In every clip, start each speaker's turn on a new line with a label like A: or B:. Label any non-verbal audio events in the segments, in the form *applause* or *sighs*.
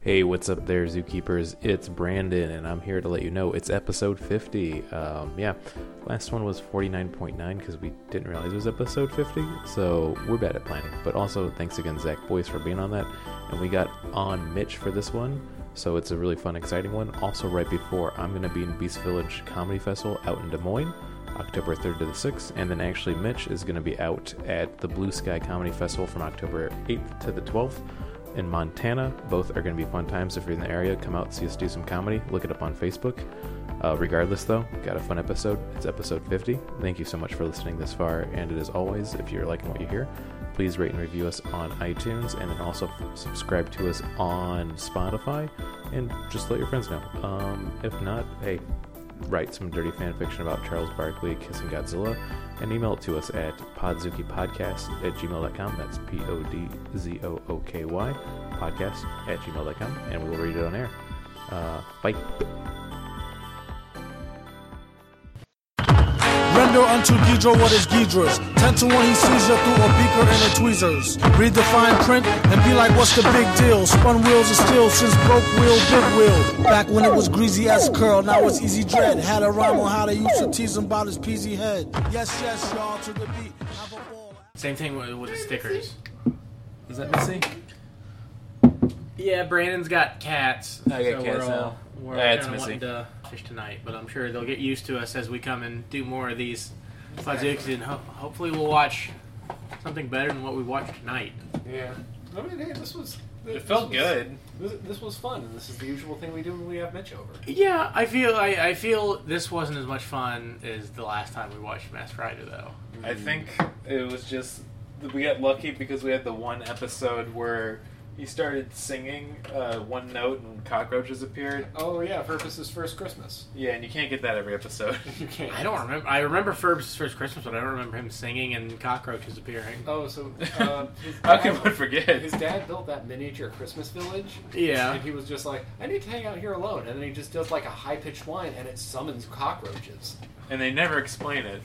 A: Hey, what's up there, zookeepers? It's Brandon, and I'm here to let you know it's episode 50. Um, yeah, last one was 49.9 because we didn't realize it was episode 50, so we're bad at planning. But also, thanks again, Zach Boyce, for being on that. And we got on Mitch for this one, so it's a really fun, exciting one. Also, right before, I'm going to be in Beast Village Comedy Festival out in Des Moines. October 3rd to the 6th, and then actually Mitch is going to be out at the Blue Sky Comedy Festival from October 8th to the 12th in Montana. Both are going to be fun times. If you're in the area, come out, see us do some comedy. Look it up on Facebook. Uh, regardless, though, got a fun episode. It's episode 50. Thank you so much for listening this far. And as always, if you're liking what you hear, please rate and review us on iTunes and then also f- subscribe to us on Spotify and just let your friends know. Um, if not, hey, write some dirty fan fiction about Charles Barkley kissing Godzilla and email it to us at podzukipodcast at gmail.com. That's P O D Z O O K Y podcast at gmail.com and we will read it on air. Uh, bye.
B: Render unto Ghidra what is Ghidra's. Ten to one, he sees you through a beaker and a tweezers. Read the fine print and be like, what's the big deal? Spun wheels of steel since broke wheel, big wheel. Back when it was greasy as curl, now it's easy dread. Had a rhyme on how they used to tease him about his peasy head. Yes, yes, y'all, to the beat. Have a ball.
C: Same thing with, with the stickers.
A: Is that missing?
C: Yeah, Brandon's got cats.
D: I got cats
C: we're all,
D: now.
C: We're
D: Yeah, it's
C: kinda
D: missing.
C: wanting to fish tonight, but I'm sure they'll get used to us as we come and do more of these Fazooks, and ho- hopefully we'll watch something better than what we watched tonight.
E: Yeah. I mean, hey, this was.
D: It
E: this
D: felt
E: was-
D: good.
E: This, this was fun, and this is the usual thing we do when we have Mitch over.
C: Yeah, I feel I, I feel this wasn't as much fun as the last time we watched Mass Rider, though.
D: I think it was just we got lucky because we had the one episode where he started singing uh, one note and cockroaches appeared.
E: Oh yeah, Purpose's first Christmas.
D: Yeah, and you can't get that every episode. *laughs*
E: You can't.
C: I don't remember. I remember Ferb's first Christmas, but I don't remember him singing and cockroaches appearing.
E: Oh, so uh, his
D: How
E: dad-
D: can one forget?
E: His dad built that miniature Christmas village.
C: Yeah.
E: And he was just like, I need to hang out here alone, and then he just does like a high pitched whine, and it summons cockroaches.
D: And they never explain it.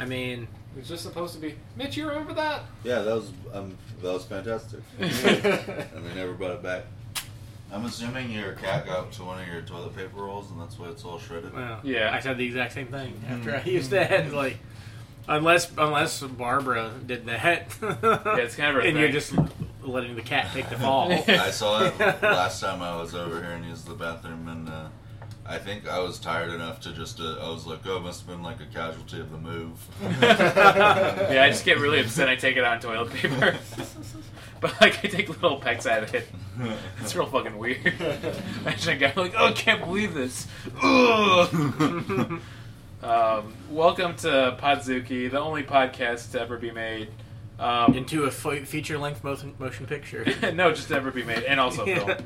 C: I mean,
E: It was just supposed to be Mitch. You remember that?
F: Yeah, that was um, that
C: *laughs*
F: was fantastic, and they never brought it back. I'm assuming your cat got to one of your toilet paper rolls, and that's why it's all shredded.
C: Well,
D: Yeah. Mm-hmm.
C: I said the exact same thing after I used that. *laughs* Like, unless unless Barbara did that, *laughs* yeah,
D: it's kind of her
C: and you're
D: thing.
C: just letting the cat take the fall.
F: *laughs*
D: *laughs*
F: I
C: *laughs*
F: saw it last time I was over here and used the bathroom, and uh, I think I was tired enough to just uh, I was like, oh, it must have been like a casualty of the move.
D: Yeah, I just get really upset. I take it on toilet paper, *laughs* but like I take little pecks out of it. It's real fucking weird. *laughs* I check out like, oh, I can't believe this.
C: *laughs*
D: Ugh. um, welcome to Podzuki, the only podcast to ever be made. Um,
C: Into a fe- feature-length motion, motion picture. *laughs*
D: *laughs* no, just ever be made, and also film.
C: Yeah.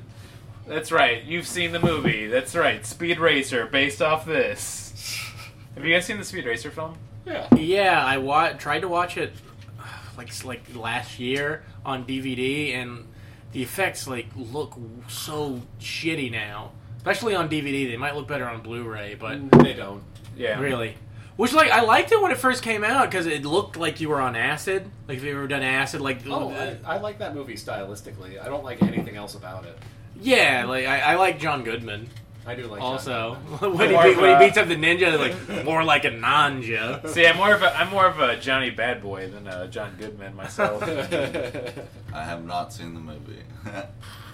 D: That's right. You've seen the movie. That's right. Speed Racer, based off this. Have you guys seen the Speed Racer film?
E: Yeah.
C: yeah, I wa- tried to watch it *sighs* like s- like last year on DVD, and the effects like look so shitty now. Especially on DVD, they might look better on Blu-ray,
D: Mm.
C: but
E: They don't.
D: Yeah.
C: Really. Which like I liked it when it first came out because it looked like you were on acid. Like if you ever done acid, like uh,
E: Oh, I, I like that movie stylistically. I don't like anything else about it.
C: yeah, like I, I like John Goodman
E: I do like John
C: also. *laughs*
E: Goodman.
C: when, he
D: More
C: beat,
D: of
C: when
D: a-
C: he beats up the ninja, like more like a ninja.
D: See, I'm more of a I'm more of a Johnny Bad Boy than a John Goodman *laughs* myself.
E: *laughs*
F: I have not seen the movie. *laughs*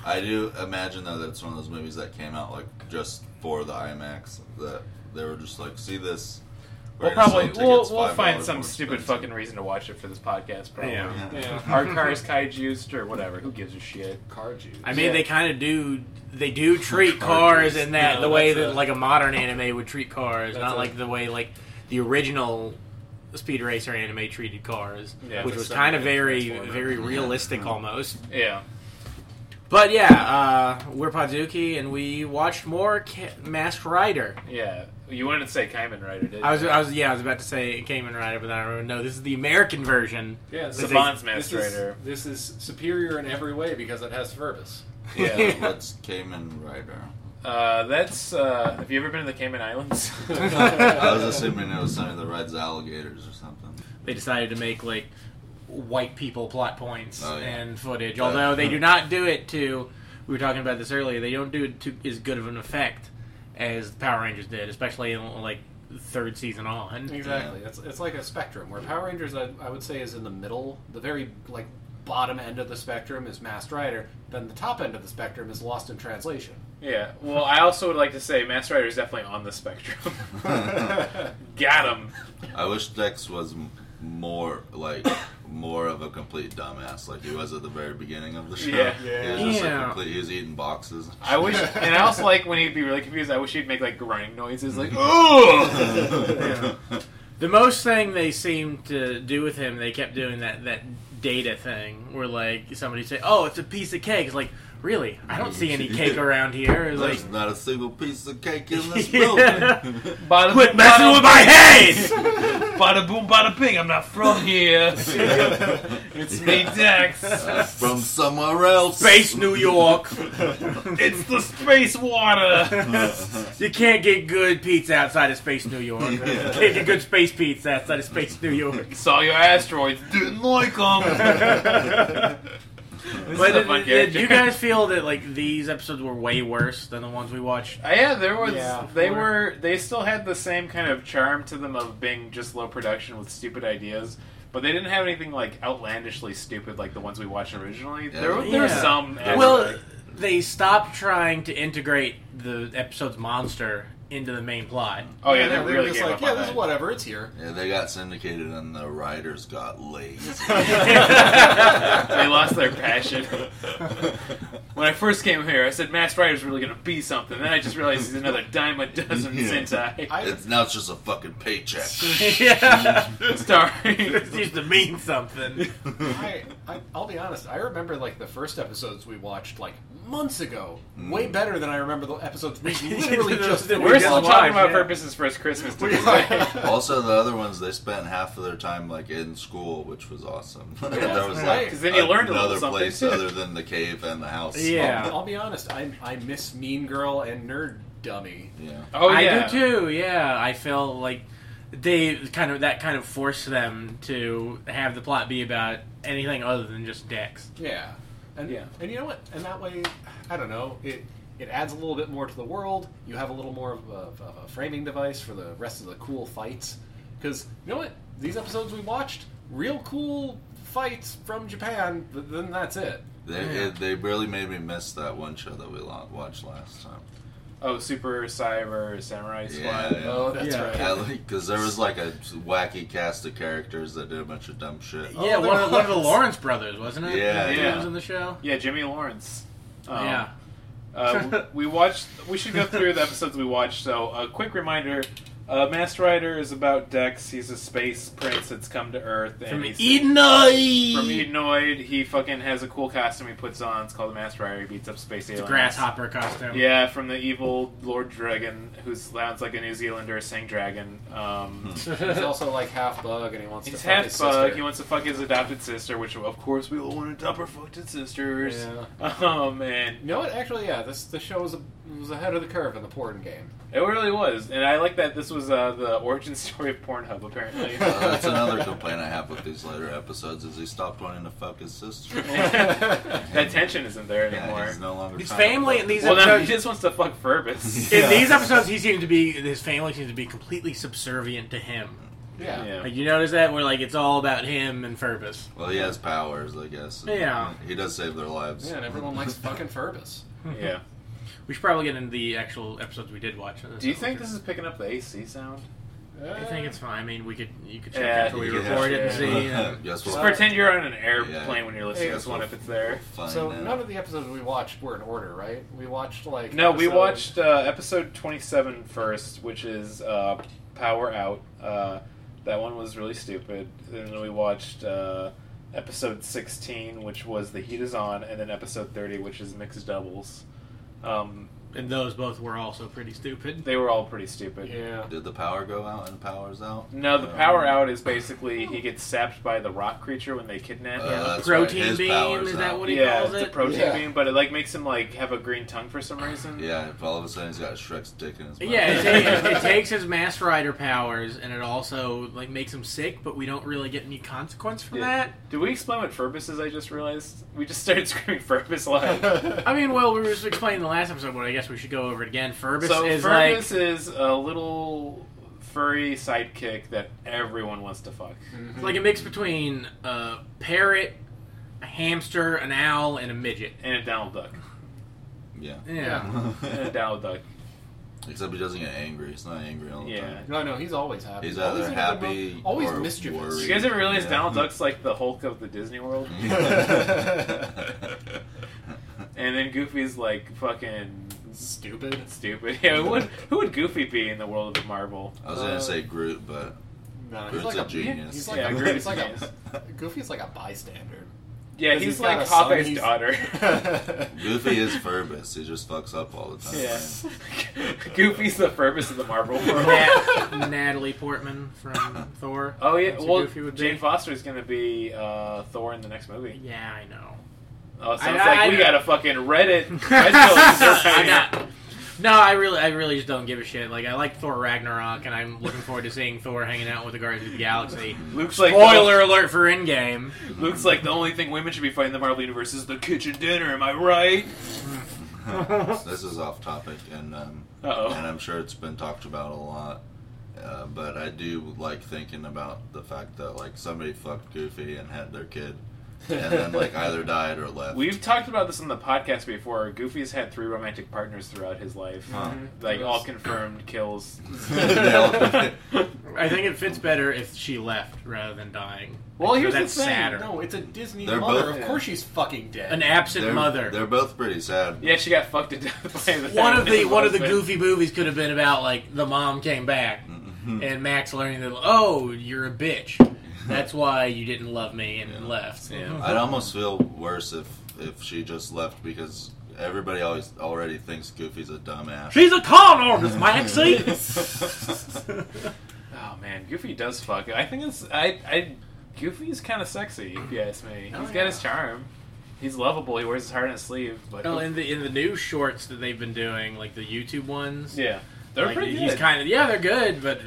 F: I do imagine though that it's one of those movies that came out like just for the IMAX. That they were just like, see this.
D: we'll
F: We're gonna
D: probably
F: sell
D: we'll,
F: tickets
D: we'll
F: $5
D: find
F: more
D: some stupid
F: expensive.
D: fucking reason to watch it for this podcast. Probably
C: Yeah.
E: yeah.
D: our *laughs* cars kaijuiced or whatever. Who gives a shit?
E: Car juice.
C: I mean,
D: Yeah.
C: they kind of do. They do treat cars in that
D: No,
C: the way
D: that's
C: that
D: a-
C: like a modern anime would treat cars,
E: That's
C: not
E: a-
C: like the way like the original Speed Racer anime treated cars,
D: Yeah,
C: which
D: that's
C: was
E: a
C: kind of
E: separate
C: very
E: Transformer.
C: very realistic almost.
D: Yeah.
C: But yeah, uh, we're Podzuki, and we watched more Ca- Masked Rider.
D: Yeah. You wanted to say Kamen Rider, did you?
C: I was, I was, yeah, I was about to say Kamen Rider, but then I remember, no, this is the American version.
E: Yeah,
D: It's
E: this
D: the
E: is-
D: Bonds
E: this
D: Master Rider.
E: is, this is superior in every way because it has Verbus.
F: *laughs*
D: *laughs* yeah.
F: What's Cayman Rider?
D: Uh, that's uh, have you ever been to the Cayman *laughs* Islands?
F: I was assuming it was something that rides alligators or something.
C: They decided to make like white people plot points
F: Oh, yeah. uh,
C: and footage,
F: Yeah.
C: although they do not do it to we were talking about this earlier. They don't do it too, as good of an effect as Power Rangers did, especially in like third season on.
E: Exactly. It's, it's like a spectrum where Power Rangers, I, I would say, is in the middle. The very like bottom end of the spectrum is Masked Rider. Then the top end of the spectrum is Lost in Translation.
D: Yeah. Well, I also would like to say Mass Rider is definitely on the *laughs* spectrum. Got him.
F: I wish Dex was m- more like more of a complete dumbass, like he was at the very beginning of the show.
D: Yeah.
F: He was just a
C: Yeah.
F: complete. He was
D: *laughs*
F: eating boxes.
D: I wish, and I also like when he'd be really confused. I wish he'd make like grinding noises, like
F: *laughs*
D: "oh."
C: The most thing they seemed to do with him, they kept doing that that data thing, where like somebody say, "Oh, it's a piece of cake." It's like, really? I don't see any cake around here. It's like,
F: There's not a single piece of cake
D: *laughs*
F: in this
C: Yeah.
F: building.
D: Bada
C: quit
D: boom,
C: messing
D: bada
C: with my head.
D: boom, Bada boom, bada bing. I'm not from here. it's me, Dex.
F: From somewhere else.
C: Space New
F: *laughs*
C: York.
D: It's the space water. *laughs*
C: You can't get good pizza outside of space New York. You can't get good space pizza outside of space New
D: *laughs*
C: York.
D: Saw your asteroids. Didn't like them. this
C: But
D: is a
C: did,
D: fun
C: did
D: character. *laughs*
C: you guys feel that like these episodes were way worse than the ones we watched?
D: Uh, yeah, there was.
E: Yeah.
D: they were. They still had the same kind of charm to them of being just low production with stupid ideas, but they didn't have anything like outlandishly stupid like the ones we watched originally. There, were- there were
C: Yeah.
D: some.
C: Well, they stopped trying to integrate the episode's monster into the main plot.
D: oh yeah,
E: And
D: they
E: were
D: really
E: just
D: gave
E: like,
D: up
E: yeah,
D: on
E: this
D: that.
E: is whatever. It's here.
F: Yeah, they got syndicated and the writers got lazy.
D: *laughs* they lost their passion. when I first came here, I said Mass Rider's really gonna be something. Then I just realized he's
F: *laughs*
D: another dime a dozen
F: Yeah.
D: Sentai
E: I-
F: it's now it's just a fucking
C: *laughs*
F: paycheck.
C: yeah,
D: starring.
C: *laughs* this used to mean
D: *laughs*
C: something.
E: I, I, I'll be honest. I remember like the first episodes we watched like months ago, way better than I remember the episodes
D: *laughs*
E: we literally just.
C: We're
D: Mm. We're
E: watched.
D: still
C: Alive,
D: talking about
C: yeah.
D: purposes for his Christmas to
E: We
D: this
E: are.
D: day.
F: also, the other ones they spent half of their time like in school, which was awesome. *laughs* there was like
D: 'Cause then you learned a little
F: another
D: something,
F: place
D: too.
F: other than the cave and the house.
C: Yeah.
E: I'll be honest. I, I miss Mean Girl and Nerd Dummy.
F: yeah.
D: Oh yeah,
C: I do too. Yeah, I feel like they kind of that kind of forced them to have the plot be about anything other than just Dex.
E: Yeah. And
D: Yeah.
E: and you know what? And that way, I don't know. It it adds a little bit more to the world. You have a little more of a, of a framing device for the rest of the cool fights. Because you know what? These episodes we watched, real cool fights from Japan. But then that's it.
F: They, It, they really made me miss that one show that we lo- watched last time.
D: Oh, Super Cyber Samurai Squad.
F: Yeah, yeah.
E: Oh, that's
C: Yeah.
F: *laughs*
E: right.
F: Because there was like a wacky cast of characters that did a bunch of dumb shit.
C: yeah,
E: there
C: one of, one of the
E: was.
C: Lawrence brothers, wasn't it?
F: Oh, Yeah,
C: That
D: yeah.
C: was in the show.
D: Yeah, Jimmy Lawrence. Um,
C: yeah. *laughs*
D: uh, we watched. We should go through the episodes we watched. So, a quick reminder: uh, Master Rider is about Dex. He's a space prince that's come to Earth and
C: From
D: he's-
C: Edenoid.
D: From Edenoid, he fucking has a cool costume he puts on. It's called the Master Rider. He beats up space
C: The
D: aliens.
C: grasshopper costume.
D: Yeah, from the evil Lord Dragon, who sounds like a New Zealander sang dragon. Um,
E: *laughs* He's also like half bug, and he wants
D: He's
E: to fuck
D: half
E: his
D: bug.
E: sister.
D: He wants to fuck his adopted sister, which of course we all want to adopt our adopted sisters. *laughs*
E: Yeah.
D: Um, and
E: You know what? Actually, yeah. This the show was a, was ahead of the curve in the porn game.
D: it really was. And I like that this was uh, the origin *laughs* story of
E: *laughs*
D: Pornhub, apparently. *laughs*
F: Uh, that's another complaint I have with these later episodes is he stopped wanting to fuck
C: *laughs*
F: his sister.
D: that tension isn't there
F: Yeah,
D: anymore.
F: he's no longer.
C: His
F: trying to
C: family
F: fuck
C: in these
D: well, now he
C: episodes.
D: just wants to fuck Furbus.
C: In
F: Yeah.
C: these episodes, he seems to be his family seems to be completely subservient to him.
E: *laughs* Yeah. *laughs*
C: Like you notice that where like it's all about him and Furbus.
F: Well, he has powers, I guess.
C: Yeah.
F: He does save their lives.
E: Yeah, and everyone likes fucking Furbus.
D: yeah.
C: We should probably get into the actual episodes we did watch.
D: Do you think this is picking up the AC sound?
C: I think it's fine. I mean, we could you could check
D: Yeah,
C: after we
F: Yeah.
C: record
F: *laughs*
C: it and see. uh,
F: Guess
D: Just
F: what?
D: pretend you're on an airplane
F: Yeah.
D: when you're listening
E: Yeah.
D: to this one, if it's there.
F: Fine uh,
E: So
F: now.
E: none of the episodes we watched were in order, right? We watched like
D: No, we
E: episode-
D: watched uh, episode 27 first, which is uh, Power Out. Uh, that one was really stupid. And then we watched uh, episode 16, which was The Heat Is On, and then episode 30, which is Mixed Doubles. Um,
C: and those both were also pretty stupid.
D: They were all pretty stupid.
E: Yeah.
D: *laughs*
E: *laughs*
F: Did the power go out and powers out?
D: No, the
F: Um,
D: power out is basically he gets sapped by the rock creature when they kidnap
F: Uh,
D: him.
F: that's
C: protein
F: right. His
C: beam,
F: power's
C: is that
F: out.
C: what he
D: yeah,
C: calls
D: it's a
C: it?
D: protein
E: Yeah.
D: beam, but it like makes him like have a green tongue for some reason.
F: Yeah, if all of a sudden he's got Shrek's dick in his mouth.
C: Yeah, it, ta- it, it takes his mass rider powers, and it also like makes him sick, but we don't really get any consequence from
D: Did, did we explain what Furbus is? I just realized we just started *laughs* screaming Furbus a lot.
C: that. I mean, well, we were just explaining the last episode, but I guess we should go over it again. Furbus
D: so
C: is
D: Furbus is a little furry sidekick that everyone wants to fuck.
C: like like a mix between a parrot, a hamster, an owl, and a midget.
D: And a Donald Duck.
F: *laughs* Yeah.
C: Yeah.
D: And a Donald Duck.
F: *laughs* Except he doesn't get angry. He's not angry all the
D: Yeah.
F: time.
E: No, no, he's always happy.
F: He's
E: always
F: either
E: in a good
F: happy
E: mood, always
F: or
E: mischievous.
F: worried. *laughs*
D: You guys ever realize
F: Yeah.
D: Donald Duck's like the Hulk of the Disney World? And then Goofy's like fucking
E: *laughs* Stupid.
D: stupid. *laughs* Yeah, who would, who would Goofy be in the world of Marvel?
F: I was gonna say Groot, but
E: No, Uh, he's like
F: Groot's a
E: a
F: genius.
E: He's like
D: Yeah,
E: a,
D: Groot
E: he's
D: is
E: like
D: *laughs* genius.
E: a Goofy's like a bystander.
D: Yeah,
E: 'Cause
D: he's,
E: he's got
D: like
E: a son,
D: Hawkeye's
E: he's-
D: daughter.
F: *laughs*
E: *laughs*
F: Goofy is Furbus. He just fucks up all the time.
D: yeah. *laughs* Goofy's the Furbus of the Marvel world.
C: Nat- Natalie Portman from Thor.
D: Oh yeah,
C: That's who
D: well
C: Goofy would be.
D: Jane Foster's gonna be uh, Thor in the next movie.
C: Yeah, I know.
D: Oh, so
C: I-
D: it's like
C: I-
D: we
C: I-
D: got a fucking
C: *laughs*
D: Reddit.
E: *laughs*
C: I'm
D: Reddit
C: not- No, I really, I really just don't give a shit. Like, I like Thor Ragnarok, and I'm looking forward to seeing Thor hanging out with the Guardians of the Galaxy.
D: Luke's like
C: Spoiler alert for Endgame.
D: The, Luke's like the only thing women should be fighting in the Marvel universe is the kitchen dinner. Am I right?
F: this is off topic, and um,
D: Uh-oh.
F: and I'm sure it's been talked about a lot. Uh, but I do like thinking about the fact that like somebody fucked Goofy and had their kid, and
E: *laughs*
F: then like either died or left.
D: We've talked about this on the podcast before. Goofy's had three romantic partners throughout his life,
E: *laughs*
F: Huh. *laughs*
D: like all confirmed kills.
F: Yeah.
C: I think it fits better if she left rather than dying.
E: Well,
C: So
E: here's
C: that's
E: the thing.
C: sadder.
E: No, it's a Disney
F: They're
E: mother.
F: both-
E: of course, she's fucking dead.
C: An absent
F: *laughs* they're,
C: mother.
F: They're both pretty sad.
D: Yeah, she got fucked to death by the
C: One of the one of the
D: husband.
C: goofy movies could have been about like the mom came back
D: Mm-hmm.
C: and Max learning that oh you're a bitch. That's why you didn't love me and left. Yeah.
F: I'd almost feel worse if if she just left because everybody always already thinks Goofy's a dumbass.
C: She's a con artist,
D: *laughs*
C: Maxie.
D: Oh man, Goofy does fuck. I think it's I I Goofy's kind of sexy if you ask me. He's
C: Oh,
D: got
C: yeah.
D: his charm. He's lovable. He wears his heart on his sleeve. But
C: Well, in the in the new shorts that they've been doing, like the YouTube ones,
D: yeah, they're
C: like,
D: pretty
C: he's
D: good.
C: kind of yeah, they're good, but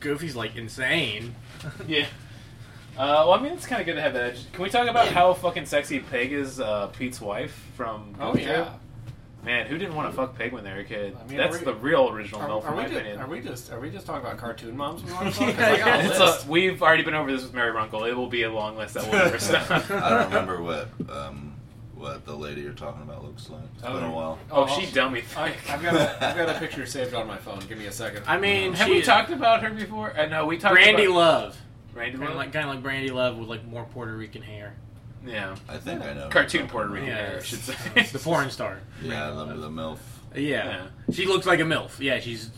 C: Goofy's like insane.
D: yeah. Uh, well, I mean, it's kind of good to have that edge. Can we talk about how fucking sexy Peg is? Uh, Pete's wife from
E: oh
D: Goofy
E: yeah.
D: Man, who didn't want to fuck Peg when they were a kid?
E: I mean,
D: That's
E: are we-
D: the real original
E: Are,
D: MILF,
E: are
D: in my
E: we just,
D: opinion. *laughs*
E: are we just are we just talking about cartoon moms? We want to talk? 'Cause
C: Yeah,
E: I got a
D: it's
E: list.
D: a, we've already been over this with Mary Runkle. It will be a long list that we'll never
E: *laughs*
D: stop.
F: *laughs* I don't remember what um, what the lady you're talking about looks like. It's been a while.
D: oh, she dummy
E: I,
D: thick.
E: I've got a, I've got a picture saved on my phone. Give me a second.
C: I mean,
D: *laughs* Mm-hmm. Have
C: she,
D: we talked about her before? Uh, no, we talked
C: Brandy
D: about
C: Love,
D: Brandy
C: kind of
D: Love?
C: like kind of like Brandy Love with like more Puerto Rican hair,
D: yeah.
F: I think I know.
D: Cartoon Puerto Rican
C: Yeah.
D: hair, I should say.
C: *laughs*
D: *laughs*
E: *laughs*
C: the porn star.
F: Yeah, the, the milf.
C: Yeah. she looks like a milf. Yeah, she's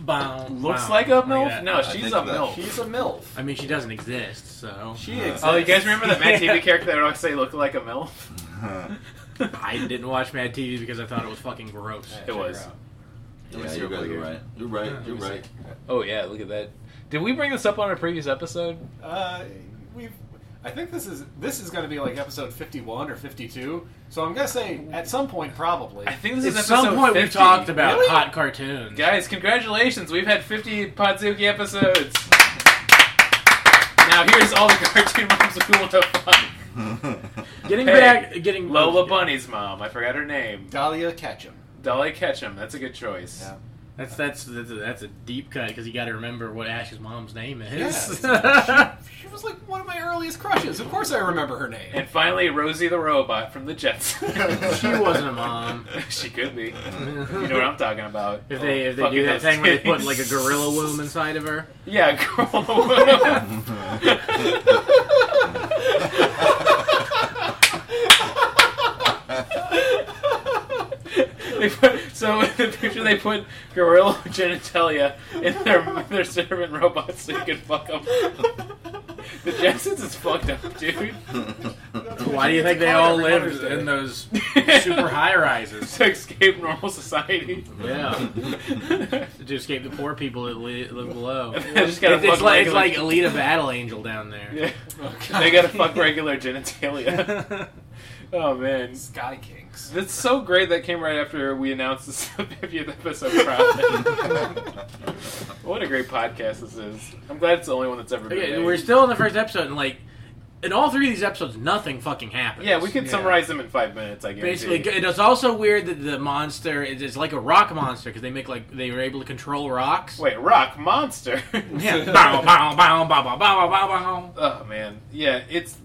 C: bomb.
D: Looks
C: bomb,
D: like a
C: that.
D: MILF? No,
F: I
D: she's
F: think
D: a
F: that-
D: MILF.
E: She's a milf.
C: I mean she doesn't exist. So
E: She exists.
D: Oh,
E: *laughs*
D: you guys remember the Mad TV character that would always say looked like a MILF?
C: I
D: *laughs*
C: didn't watch Mad TV because I thought it was fucking gross.
D: It was.
F: yeah, you guys are right. You're right. You're right.
D: Oh, yeah, look at that. Did we bring this up on a previous episode?
E: Uh, we've. I think this is this is going to be like episode fifty-one or fifty-two. So I'm going to say at some point probably.
D: I think this
C: At
D: is episode
C: some point
D: 50.
C: we talked about
E: Really?
C: hot cartoons.
D: Guys, congratulations! We've had 50 Podzuki episodes! Now, here's all the *laughs* cartoon moms we want to fuck.
C: Getting
D: Hey,
C: back, getting
D: Lola Bunny's mom. I forgot her name.
E: Dahlia Ketchum.
D: Dolly Ketchum. That's a good choice.
E: Yeah.
C: That's that's that's a, that's a deep cut because you got to remember what Ash's mom's name is.
E: She was like one of my earliest crushes. Of course I remember her name.
D: And finally, Rosie the robot from the Jetsons.
C: *laughs* *laughs* she wasn't a mom.
D: *laughs* she could be. You know what I'm talking about.
C: *laughs* If they if they
D: Fucking
C: do that
D: those
C: thing where they
D: titties.
C: put like a gorilla womb inside of her,
D: yeah, *laughs* gorilla womb. They put, so in the picture they put gorilla genitalia in their their servant robots so you can fuck them. The Jetsons is fucked up, dude.
C: Why do you think they
E: call
C: all
E: every
C: lived
E: Mother's Day.
C: in those super high rises?
D: to escape normal society. *laughs*
C: Yeah, to escape the poor people that li- live
D: *laughs*
C: below.
D: They just gotta
C: It's- it's
D: fuck
C: like it's
D: regular-
C: like Alita Battle Angel down there.
D: Yeah.
E: *laughs*
D: They gotta fuck regular genitalia. *laughs* oh man.
E: Sky Kinks.
D: That's so great that came right after we announced *laughs* this 50th episode profit. what a great podcast this is. I'm glad it's the only one that's ever been
C: Okay,
D: made.
C: we're still in the first episode, and like in all three of these episodes, nothing fucking happens.
D: yeah, we could
E: Yeah.
D: summarize them in five minutes, I guess.
C: Basically, and it's also weird that the monster is it's like a rock monster because they make like they were able to control rocks.
D: Wait,
C: *laughs*
D: rock monster. *laughs*
C: Yeah. bow, bow, bow, bow, bow, bow, bow, bow.
D: oh man, yeah, it's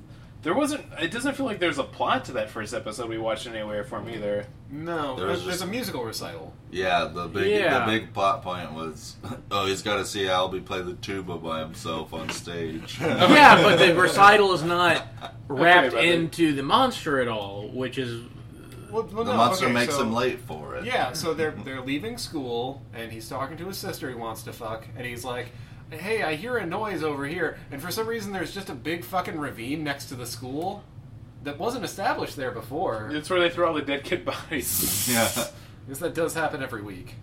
D: there wasn't. It doesn't feel like there's a plot to that first episode we watched anywhere from either.
E: No,
F: There
E: there's,
F: was
E: there's
F: just-
E: a musical recital.
F: *laughs* Yeah, the big
C: Yeah.
F: the big plot point was, *laughs* oh, he's got to see Albie play the tuba by himself on stage.
C: yeah, but the recital is
D: *laughs*
C: not wrapped
D: brother.
C: into the monster at all, which is
E: Well, well,
F: the
E: no,
F: monster
E: okay,
F: makes
E: so-
F: him late for it.
E: Yeah, so they're they're leaving school, and he's talking to his sister he wants to fuck, and he's like, "Hey, I hear a noise over here," and for some reason there's just a big fucking ravine next to the school that wasn't established there before.
D: It's where they throw all the dead kid bodies. *laughs*
F: Yeah.
E: Because that does happen every week.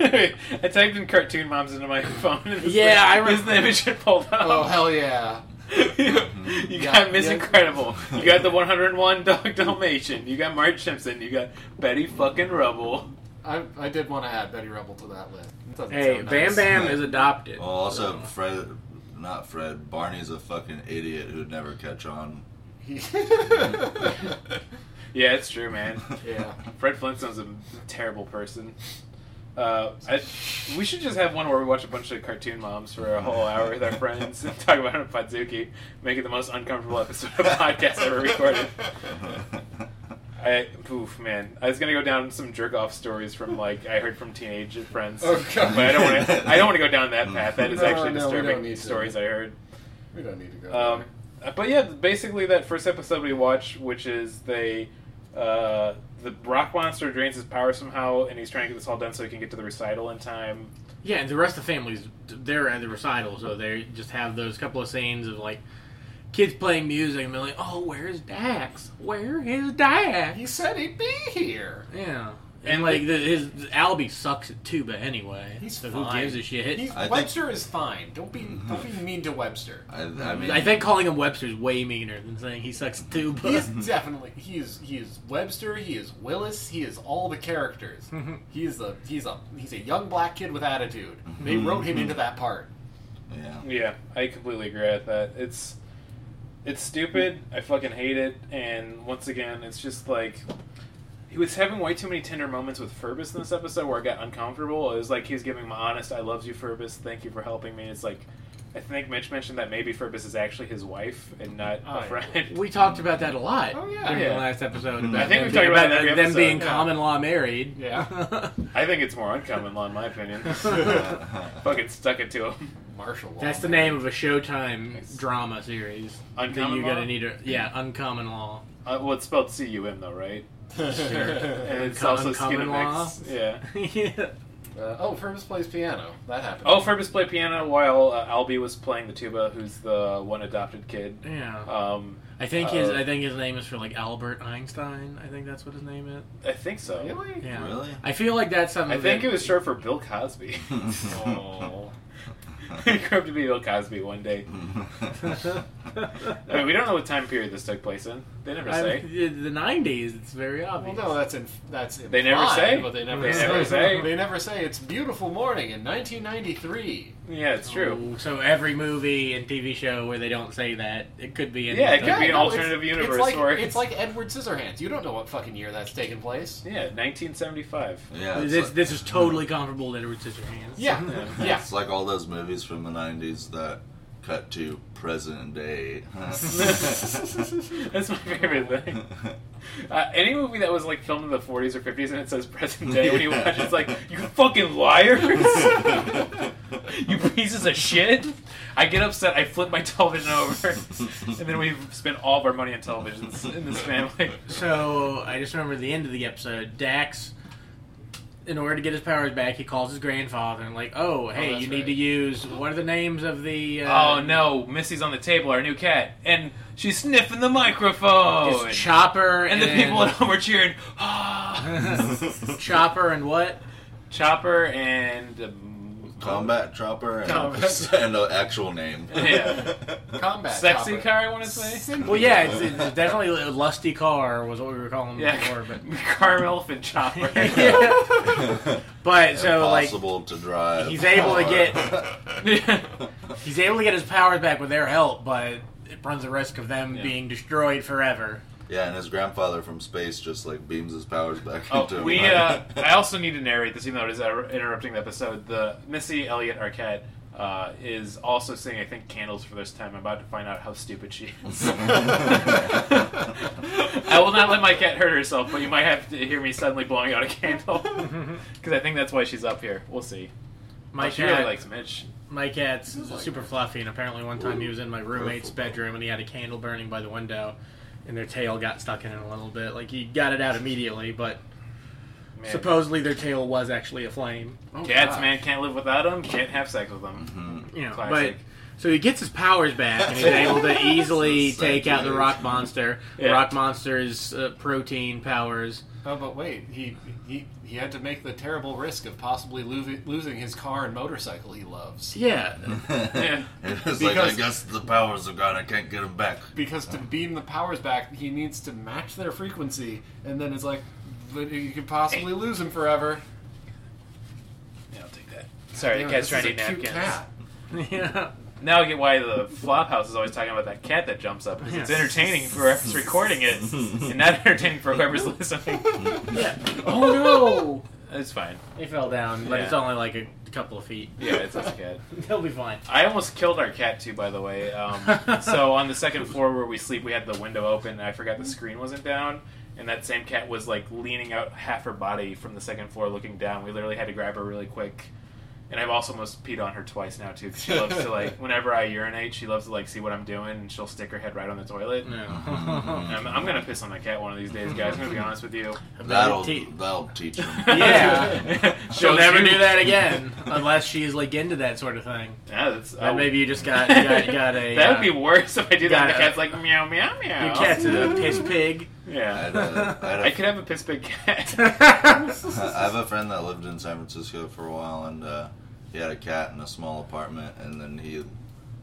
D: I typed in cartoon moms into my *laughs* phone. And it's
C: Yeah,
D: the-
C: I rem-
D: it's the image it pulled up.
E: Oh hell yeah!
D: *laughs* you
E: Mm-hmm. Yeah,
D: got Miss
E: yeah.
D: Incredible.
E: *laughs*
D: You got the 101 Dog Dalmatian. You got Marge Simpson. You got Betty fucking Rubble.
E: I, I did want to add Betty Rebel to that list. It doesn't
C: hey,
E: sound
C: Bam
E: nice.
C: Bam is adopted.
F: Well, also Fred, not Fred. Barney's a fucking idiot who'd never catch on.
D: Yeah, it's
E: *laughs*
D: true, man.
E: yeah.
F: *laughs*
D: Fred Flintstone's a terrible person. Uh, I, we should just have one where we watch a bunch of cartoon moms for a whole hour with our friends and talk about Patsuki, make it the most uncomfortable episode of podcast ever
E: *laughs*
F: *laughs*
D: recorded. I poof man, I was gonna go down some jerk off stories from like I heard from teenage friends,
E: Oh, God.
D: but I don't want to. I don't want to go down that path. That is
E: No,
D: actually
E: no, we don't
D: disturbing
E: need to.
D: stories I heard.
E: *laughs* We don't need to go.
D: Um,
E: there.
D: but yeah, basically that first episode we watch, which is they, uh, the rock monster drains his power somehow, and he's trying to get this all done so he can get to the recital in time.
C: Yeah, and the rest of the families they're at the recital, so they just have those couple of scenes of like kids playing music and being like, "Oh, where's Dax? Where is Dax?"
E: he said he'd be here.
C: Yeah, and,
D: And
C: like the, his Albie sucks at tuba anyway.
E: He's
C: so
E: fine.
C: who gives a shit?
E: He's,
F: I think-
E: Webster is fine. Don't be don't be mean to Webster.
F: I, I mean,
C: I think calling him Webster's way meaner than saying he sucks at tuba.
D: *laughs*
E: He is definitely he is he is Webster. He is Willis. He is all the characters.
D: Hmm.
E: he is a he's a he's a young black kid with attitude.
D: Hmm.
E: They wrote him into that part.
D: *laughs*
F: Yeah.
D: Yeah, I completely agree with that. It's it's stupid. I fucking hate it. And once again, it's just like he was having way too many tender moments with Furbus in this episode where I got uncomfortable. It was like he was giving him honest, "I loves you, Furbus. Thank you for helping me." It's like I think Mitch mentioned that maybe Furbus is actually his wife and not
E: Oh,
D: a
E: yeah.
C: *laughs*
D: friend.
C: we talked about that a lot
E: Oh, yeah.
C: during
D: Yeah. Mm-hmm.
C: the last episode.
F: Mhm.
C: About
F: I
C: them
D: think we talked
C: being-
D: about that
C: them-
D: every
C: them being
D: episode.
C: common law married.
E: *laughs* Yeah.
D: I think it's more uncommon law, in my opinion. fucking stuck it to him.
E: Martial
C: *laughs*
E: law.
C: That's the name of a Showtime drama series. that
D: Uncommon
C: you
D: law.
C: gotta need a yeah, uncommon law. *laughs*
D: Uh, well, it's spelled C U M though, right?
E: *laughs* uh,
D: And it's
C: Uncom-
D: also skin
C: common
D: of
C: law?
D: X. Yeah.
C: yeah.
E: oh, Purvis plays piano. That happened.
D: Oh, Furbus played piano while uh, Albie was playing the tuba, who's the one adopted kid.
C: Yeah.
D: Um,
C: I think his
D: uh,
C: I think his name is for like Albert Einstein. I think that's what his name is.
D: I think so.
E: really?
C: Yeah.
F: Really?
C: I feel like that's something
D: I think
C: that-
D: it was short for Bill Cosby. *laughs*
E: Oh.
D: he grew up to be Bill Cosby one day. I mean, we don't know what time period this took place in. They never
C: I-
D: say.
C: the 90s, it's very
E: Well,
C: obvious.
E: no, that's in, that's implied,
D: They never say.
E: but they never,
D: They
E: say.
D: never say.
E: They never say. It's beautiful morning in 1993.
D: Yeah, it's true.
C: Oh, So every movie and TV show where they don't say that, it could be in
D: Yeah, it could
E: Yeah,
D: be an
E: no, it's-
D: alternative universe
E: It's like,
D: where
E: it's like Edward Scissorhands. You don't know what fucking year that's taking
D: *laughs*
E: place.
D: Yeah, 1975.
F: yeah. it's
C: This,
F: like-
C: this is totally comparable to Edward Scissorhands.
E: Yeah,
D: Yeah.
E: yeah.
F: It's like all those movies from the '90s that cut to present day.
D: *laughs* That's my favorite thing. Uh, any movie that was like filmed in the 40s or 50s and it says present day when you watch it, it's like, you fucking *laughs* liars! *laughs* You pieces of shit! I get upset. I flip my *laughs* television over, and then we spend all of our money on
F: *laughs*
D: televisions in this family.
C: So I just remember the end of the episode. Dax in order to get his powers back, he calls his grandfather and like, oh, hey,
E: that's
C: you need
E: right.
C: to use what are the names of the? Uh,
D: Oh no, Missy's on the table, our new cat, and she's sniffing the microphone.
C: It's Chopper
D: and
C: and,
D: the people at home are cheering.
C: *laughs*
D: "Ah." *laughs*
C: Chopper and what?
D: Chopper and um,
F: Combat Chopper and, *laughs*
E: Combat.
F: and an actual name. *laughs*
D: yeah,
E: Combat.
D: sexy
E: chopper.
D: car. I want to say.
C: Well, yeah, it's, it's definitely a lusty car was what we were calling
D: Yeah,
C: them before, but
D: *laughs* car elephant chopper.
C: *laughs*
D: *laughs*
C: yeah. But *laughs* so like
F: Impossible to drive.
C: he's able to get
D: Yeah.
C: he's able to get his powers back with their help, but it runs the risk of them
D: Yeah.
C: being destroyed forever.
F: *laughs* Yeah, and his grandfather from space just like beams his powers back into
D: Oh,
F: him. *laughs*
D: we.
F: right?
D: Uh, I also need to narrate this, even though it is uh, interrupting the episode. The Missy Elliott Arquette uh, is also singing, I think, "Candles" for this time. I'm about to find out how stupid she is. I will not let my cat hurt herself, but you might have to hear me suddenly blowing out a *laughs* candle because I think that's why she's up here. We'll see.
C: My
D: Oh, she really
C: cat,
D: likes Mitch.
C: my cat's super fluffy, and apparently one time he was in my roommate's
F: Perfect.
C: bedroom and he had a candle burning by the window, and their tail got stuck in it a little bit. Like he got it out immediately, but
D: Man.
C: supposedly their tail was actually aflame.
E: Oh,
D: Cats,
E: God.
D: man, can't live without them. Can't have sex with them.
C: You know,
D: Classic.
C: but so he gets his powers back and he's able to
D: *laughs*
C: easily
F: That's the same
C: take out the
F: dude.
C: rock monster. The
D: Yeah.
C: rock monster's uh, protein powers.
E: Oh, but wait, he, he he had to make the terrible risk of possibly lo- losing his car and motorcycle he loves.
D: *laughs*
C: Yeah, *laughs*
D: Yeah.
F: It was like, I
E: Because-
F: guess the powers of God, I can't get him back.
E: Because to beam the powers back, he needs to match their frequency, and then it's like, but you could possibly lose him forever.
D: Yeah, I'll take that. Sorry,
E: You know,
D: the cat's
E: this
D: trying
E: is
D: to
E: a
D: eat
E: cute
D: napkins.
E: cat.
C: yeah.
D: Now I get why the Flophouse is always talking about that cat that jumps up. 'cause It's
C: Yeah.
D: entertaining for whoever's recording it, and not entertaining for whoever's listening.
C: yeah. Oh
D: *laughs* It's fine.
C: no! It fell down, but
D: Yeah.
C: it's only like a couple of feet. *laughs*
D: Yeah, it's a cat.
C: He'll be fine.
D: I almost killed our cat too, by the way. Um, so on the second floor where we sleep, we had the window open, and I forgot the screen wasn't down. And that same cat was like leaning out half her body from the second floor, looking down. We literally had to grab her really quick. And I've also almost peed on her twice now too. 'cause she loves to like whenever I urinate, she loves to like see what I'm doing, and she'll stick her head right on the toilet. *laughs*
C: No.
D: I'm, I'm gonna piss on my cat one of these days, guys. I'm gonna be honest with you.
F: That'll
C: Te-
F: that'll teach him.
C: *laughs*
D: *laughs*
C: yeah. She'll
D: Shows
C: never
D: you.
C: do that again, unless she's like into that sort of thing.
D: Yeah, that's,
C: Then maybe you just got you got, you got a.
D: Oh. *laughs* that would be
C: uh,
D: worse if I do that.
C: got
D: And the
C: a-
D: cat's like meow meow meow.
C: your cat's a piss pig.
D: *laughs* Yeah.
F: I'd, uh, I'd,
D: I could have a piss big cat.
C: *laughs*
F: I have a friend that lived in San Francisco for a while, and uh, he had a cat in a small apartment, and then he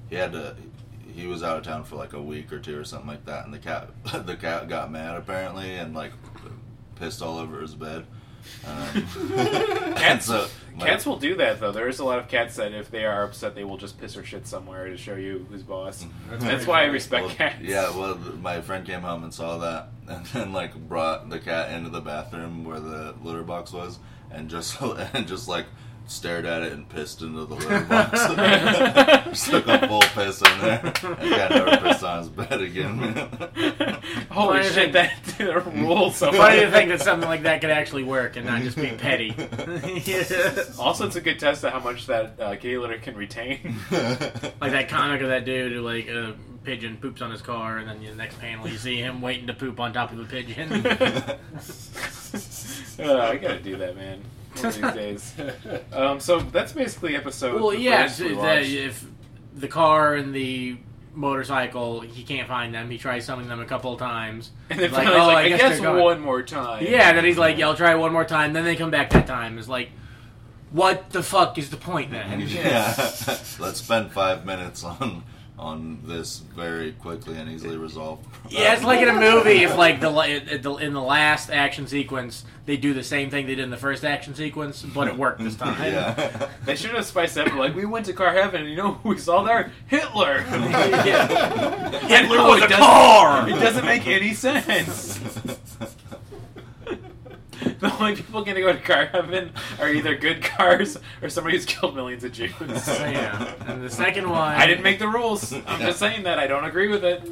F: he had to he was out of town for like a week or two or something like that, and the cat *laughs* the cat got mad apparently and like pissed all over his bed. Um, *laughs* and
D: Cats-
F: so my-
D: Cats will do that though. There is a lot of cats that if they are upset, they will just piss or shit somewhere to show you who's boss.
C: Mm-hmm.
D: That's, why I respect
F: well,
D: cats.
F: Yeah, well, th- my friend came home and saw that, *laughs* and then like brought the cat into the bathroom where the litter box was, and just *laughs* and just like stared at it and pissed into the litter box.
C: *laughs*
F: *laughs* just took a full piss in there. And cat never pissed on his bed again.
D: Holy
C: Funny
D: shit,
C: thing-
D: that *laughs* rules so
C: *laughs* Funny
D: much.
C: to think that something like that could actually work and not *laughs* just be
D: *laughs*
C: petty. Yeah.
D: Also, it's a good test of how much that uh, kitty litter can retain.
C: Like that comic of that dude who like a pigeon poops on his car, and then the next panel you see him waiting to poop on top of a
D: *laughs*
C: pigeon.
D: Uh, I gotta do that, man. One of these days. Um, so that's basically episode.
C: well,
D: the
C: yeah,
D: first we
C: so that
D: watched.
C: if the car and the motorcycle, he can't find them. He tries summoning them a couple of times.
D: *laughs* And then
C: He's
D: finally, he's
C: "Oh,
D: like, I, guess,
C: they're going."
D: one more time.
C: Yeah, and then he's like, yeah, I'll try one more time. Then they come back that time. It's like, what the fuck is the point then?
F: *laughs* yeah. Let's spend five minutes on on this very quickly and easily resolved.
C: Yeah, it's like in a movie. If like the la- at the- in the last action sequence, they do the same thing they did in the first action sequence, but it worked this time.
F: *laughs* yeah.
D: They should have spiced up. Like we went to car heaven, and you know who we saw there? Hitler. *laughs*
F: *laughs*
D: Hitler
F: Oh,
C: was a
D: car. It doesn't make any sense. *laughs* The only people gonna go to car heaven are either good cars or somebody who's killed millions of Jews.
C: *laughs* So, yeah. And the second one,
D: I didn't make the rules. I'm just saying that I don't agree with it.
C: *laughs*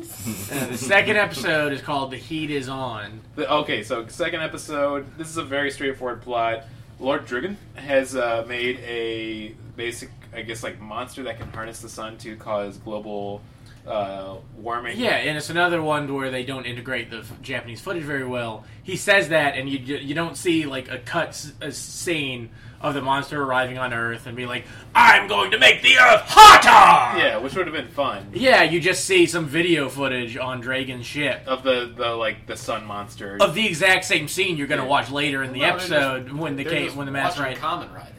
C: The second episode is called "The Heat Is On."
D: The- okay, so second episode. This is a very straightforward plot. Lord Drugan has uh, made a basic, I guess, like monster that can harness the sun to cause global
E: uh, warming.
C: Yeah, and it's another one where they don't integrate the f- Japanese footage very well. He says that, and you you don't see like a cut s- a scene of the monster arriving on Earth and be like, "I'm going to make the Earth hotter."
D: Yeah, which would have been fun.
C: yeah. You just see some video footage on Dragon's ship
D: Of the, the like the sun monster.
C: of the exact same scene you're going to watch later in the
E: Well, they're just-
C: episode when the
E: They're
C: case
E: just
C: when the mass
E: watching
C: right.
E: Common Rider.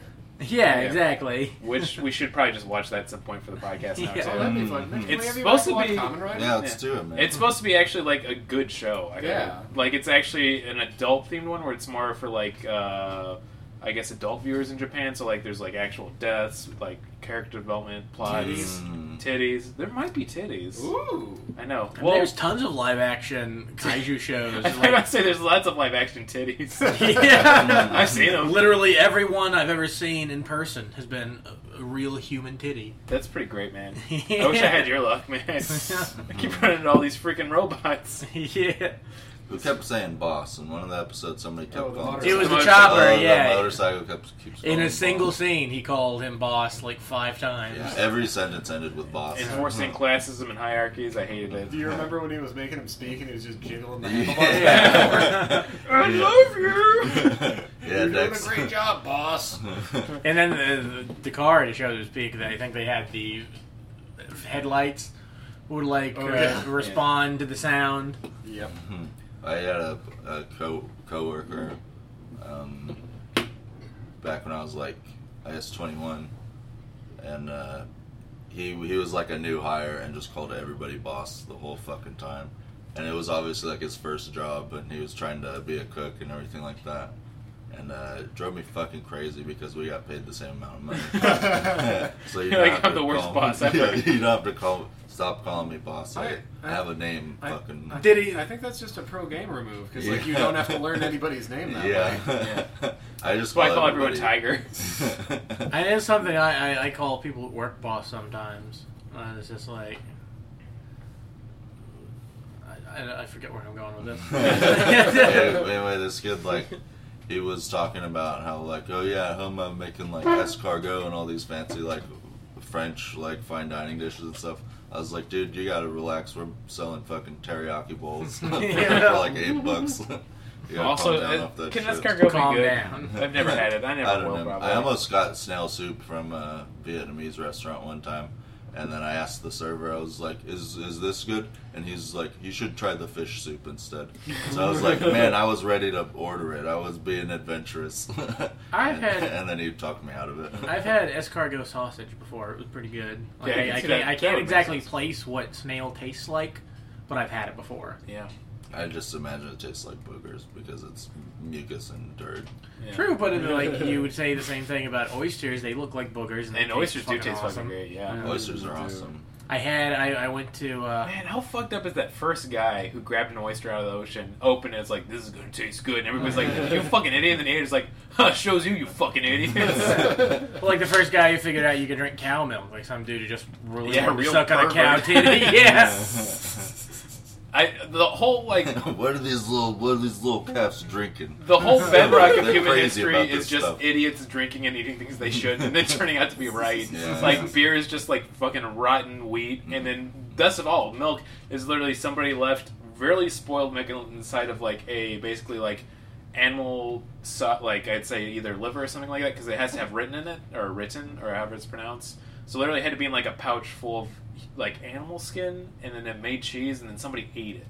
C: yeah, exactly.
D: which we should probably just watch that at some point for the podcast now.
C: *laughs* Yeah.
E: Oh,
D: Too.
E: that'd be fun. Can we
D: It's
E: have you back
D: supposed to
E: watch
D: be-
E: Common Rider.
F: Yeah, let's
D: Yeah.
F: do it, man.
D: It's supposed to be actually like a good show. I heard.
E: Yeah.
D: Like it's actually an adult themed one where it's more for like uh I guess adult viewers in Japan. So like there's like actual deaths, like character development, plots,
C: Titties.
F: Mm.
D: titties. There might be titties.
E: Ooh.
D: I know.
C: And
D: Well,
C: there's tons of live action
E: *laughs*
C: kaiju shows.
D: *laughs* I was
C: like-
D: gonna say there's lots of live action titties.
C: yeah.
D: *laughs* I've seen them.
C: Literally everyone I've ever seen in person has been a, a real human titty.
D: That's pretty great, man. I wish I had your luck, man. I keep running into all these
C: *laughs*
D: freaking robots.
E: *laughs*
C: yeah.
F: Who kept saying boss in one of the episodes? Somebody kept
E: Oh, the
F: calling.
C: It was the
D: Motorcycle.
C: chopper,
F: Oh, the
C: yeah.
F: motorcycle kept, keeps
C: In
F: calling
C: a single
F: boss.
C: scene, he called him boss like five times.
F: Yeah, every sentence ended with boss.
D: Enforcing classism and hierarchies, I hated it.
E: Do you remember when he was making him speak and he was just
F: *laughs*
E: jiggling the handlebars?
F: *laughs* Yeah.
D: *laughs* I love you!
F: yeah,
E: *laughs* You're doing a
F: Dex.
E: great job, boss.
F: *laughs*
C: And then the, the, the car to show this peak, I think they had the headlights would like
E: Oh,
C: uh,
E: yeah.
C: respond to the sound.
E: yep.
F: I had a, a co coworker um, back when I was like, I guess 21, and uh, he he was like a new hire and just called everybody boss the whole fucking time, and it was obviously like his first job, and he was trying to be a cook and everything like that. And uh, it drove me fucking crazy because we got paid the same amount
D: *laughs*
F: of money. so
D: You're
F: you don't
D: like,
F: have
D: "I'm
F: to
D: the worst
F: call- *laughs*
D: boss ever."
F: Yeah, you don't have to call. Stop calling me boss. I,
E: I-
F: I have a name.
E: I-
F: fucking.
E: I,
C: Did he-
E: I think that's just a pro gamer move because
F: Yeah.
E: like you don't have to learn anybody's name that
F: Yeah.
E: way.
F: *laughs* I just
D: So I call everyone *laughs*
F: everybody-
D: Tiger.
F: *laughs*
C: And it's something I, I, I call people at work boss sometimes. Uh, it's just like. I, I, I forget where I'm going with
F: *laughs*
C: this. *laughs*
F: anyway, this kid like he was talking about how like oh yeah at home I'm making like escargot and all these fancy like French like fine dining dishes and stuff. I was like, dude, you gotta relax. We're selling fucking teriyaki
E: *laughs*
F: bowls *laughs* for
C: Yeah.
F: like eight bucks. *laughs* you gotta
D: Also,
F: calm down
D: uh,
F: off that
D: can
F: shit.
D: escargot
C: Calm
D: be good?
C: down.
D: *laughs* I've never had it. I never
F: I don't
D: will,
F: know.
D: probably.
F: I almost got snail soup from a Vietnamese restaurant one time, and then I asked the server. I was like, "Is is this good?" And he's like, "You should try the fish soup instead." So I
D: *laughs*
F: was like, "Man, I was ready to order it. I was being adventurous." *laughs*
C: I've
F: and,
C: had-
F: and then he talked me out of it.
C: I've had escargot sausage before. It was pretty good. Like,
D: Yeah, I
C: I,
D: can
C: I
D: see
C: can't,
D: that.
C: I
D: That
C: can't
D: would make
C: exactly
D: sense.
C: place what snail tastes like, but I've had it before.
D: Yeah.
F: *laughs* I just imagine it tastes like boogers because it's mucus and dirt.
D: yeah.
C: True, but it, like
D: *laughs*
C: you would say the same thing about oysters. They look like boogers, and, they
D: And oysters do taste
C: awesome.
D: fucking great, yeah.
C: Yeah.
F: Oysters
D: *laughs*
F: are awesome. *laughs*
C: I had. I, I went to. Uh,
D: Man, how fucked up is that first guy who grabbed an oyster out of the ocean, opened it, it's like, this is gonna taste good, and everybody's like, *laughs* you fucking idiot, and the idiot's like, huh, shows you, you fucking *laughs* idiots.
C: well, like the first guy who figured out you could drink cow milk, like some dude who just really
D: Yeah,
C: wanted to
D: real
C: suck on a cow
D: pervert. *laughs*
C: titty. *laughs* Yes.
D: I, the whole, like,
F: what are these little What are these little calves drinking?
D: the whole
F: *laughs*
D: bedrock of
F: They're
D: human
F: crazy
D: history
F: about
D: is
F: this
D: just
F: stuff.
D: idiots drinking and eating things they shouldn't
F: *laughs*
D: and then turning out to be right.
F: Yeah. Mm.
D: Like beer is just like fucking rotten wheat, and then best of all, milk is literally somebody left really spoiled milk inside of like a basically like animal so- like I'd say either liver or something like that because it has to have written in it or written or however it's pronounced. So literally it had to be in like a pouch full of like animal skin, and then it made cheese, and then somebody ate it.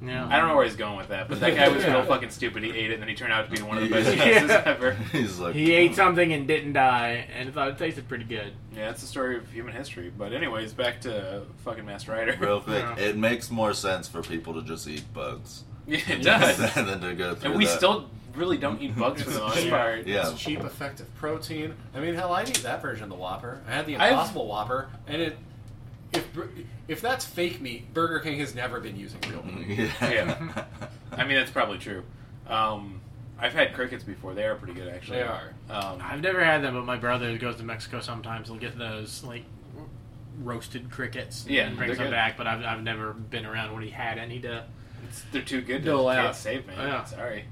C: No.
D: I don't know where he's going with that, but that guy was
E: Yeah.
D: real fucking stupid. He ate it, and then he turned out to be
F: *laughs*
D: one of the best
F: Yeah.
D: chefs ever.
F: He's like
C: He ate something and didn't die, and thought it tasted pretty good.
D: Yeah, that's the story of human history. But anyways, back to fucking Mass Rider.
F: Real quick,
C: Yeah.
F: it makes more sense for people to just eat bugs.
D: *laughs* Yeah, *laughs* it does.
F: *laughs* than to go through
D: and we
F: that.
D: still really don't eat bugs for the most
E: Yeah.
D: part.
F: Yeah.
E: It's cheap, effective protein. I mean, hell, I'd eat that version of the Whopper. I had the
D: I've-
E: Impossible Whopper, and it if bur- if that's fake meat, Burger King has never been using real meat.
F: *laughs* Yeah. *laughs*
D: Yeah. I mean, that's probably true. Um, I've had crickets before. They are pretty good,
F: Mm-hmm.
D: actually.
E: They are.
D: Um,
C: I've never had them, but my brother goes to Mexico sometimes. He'll get those like roasted crickets
D: Yeah,
C: and brings
D: they're
C: them
D: good.
C: back. But I've, I've never been around when he had any to.
D: it's- they're too good to
C: Dole
D: can't
C: out.
D: save me.
C: Yeah.
D: Sorry.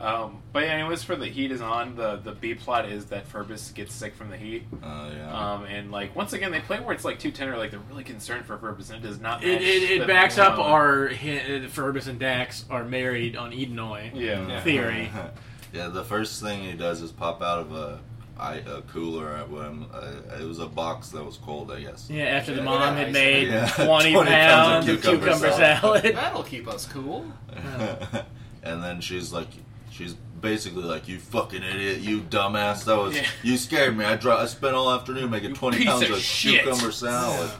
D: Um, but anyways, for the heat is on. The the B plot is that Ferbus gets sick from the heat.
F: Uh, yeah.
D: Um, and like once again, they play where it's like two ten or like they're really concerned for Ferbus, and it does not.
C: It,
D: match
C: it,
D: the
C: it backs up
D: promo.
C: our hint that Ferbus and Dax are married on Edenoy
D: yeah.
E: Yeah.
C: theory.
F: *laughs* yeah, the first thing he does is pop out of a, I, a cooler. At what I'm, uh, it was a box that was cold, I guess.
C: Yeah, after the
E: Yeah,
C: mom
E: yeah,
C: had
E: I
C: made
F: see. Yeah.
C: *laughs* 20,
F: 20 pounds of
C: pounds of
F: cucumber
C: cucumber,
F: salad.
C: salad.
E: That'll keep us cool.
F: *laughs* and then she's like, she's basically like, "You fucking idiot, you dumbass! That was
D: Yeah.
F: you scared me. I dro- I spent all afternoon making
D: You
F: twenty
D: piece
F: pounds
D: of
F: of,
D: shit."
F: cucumber salad."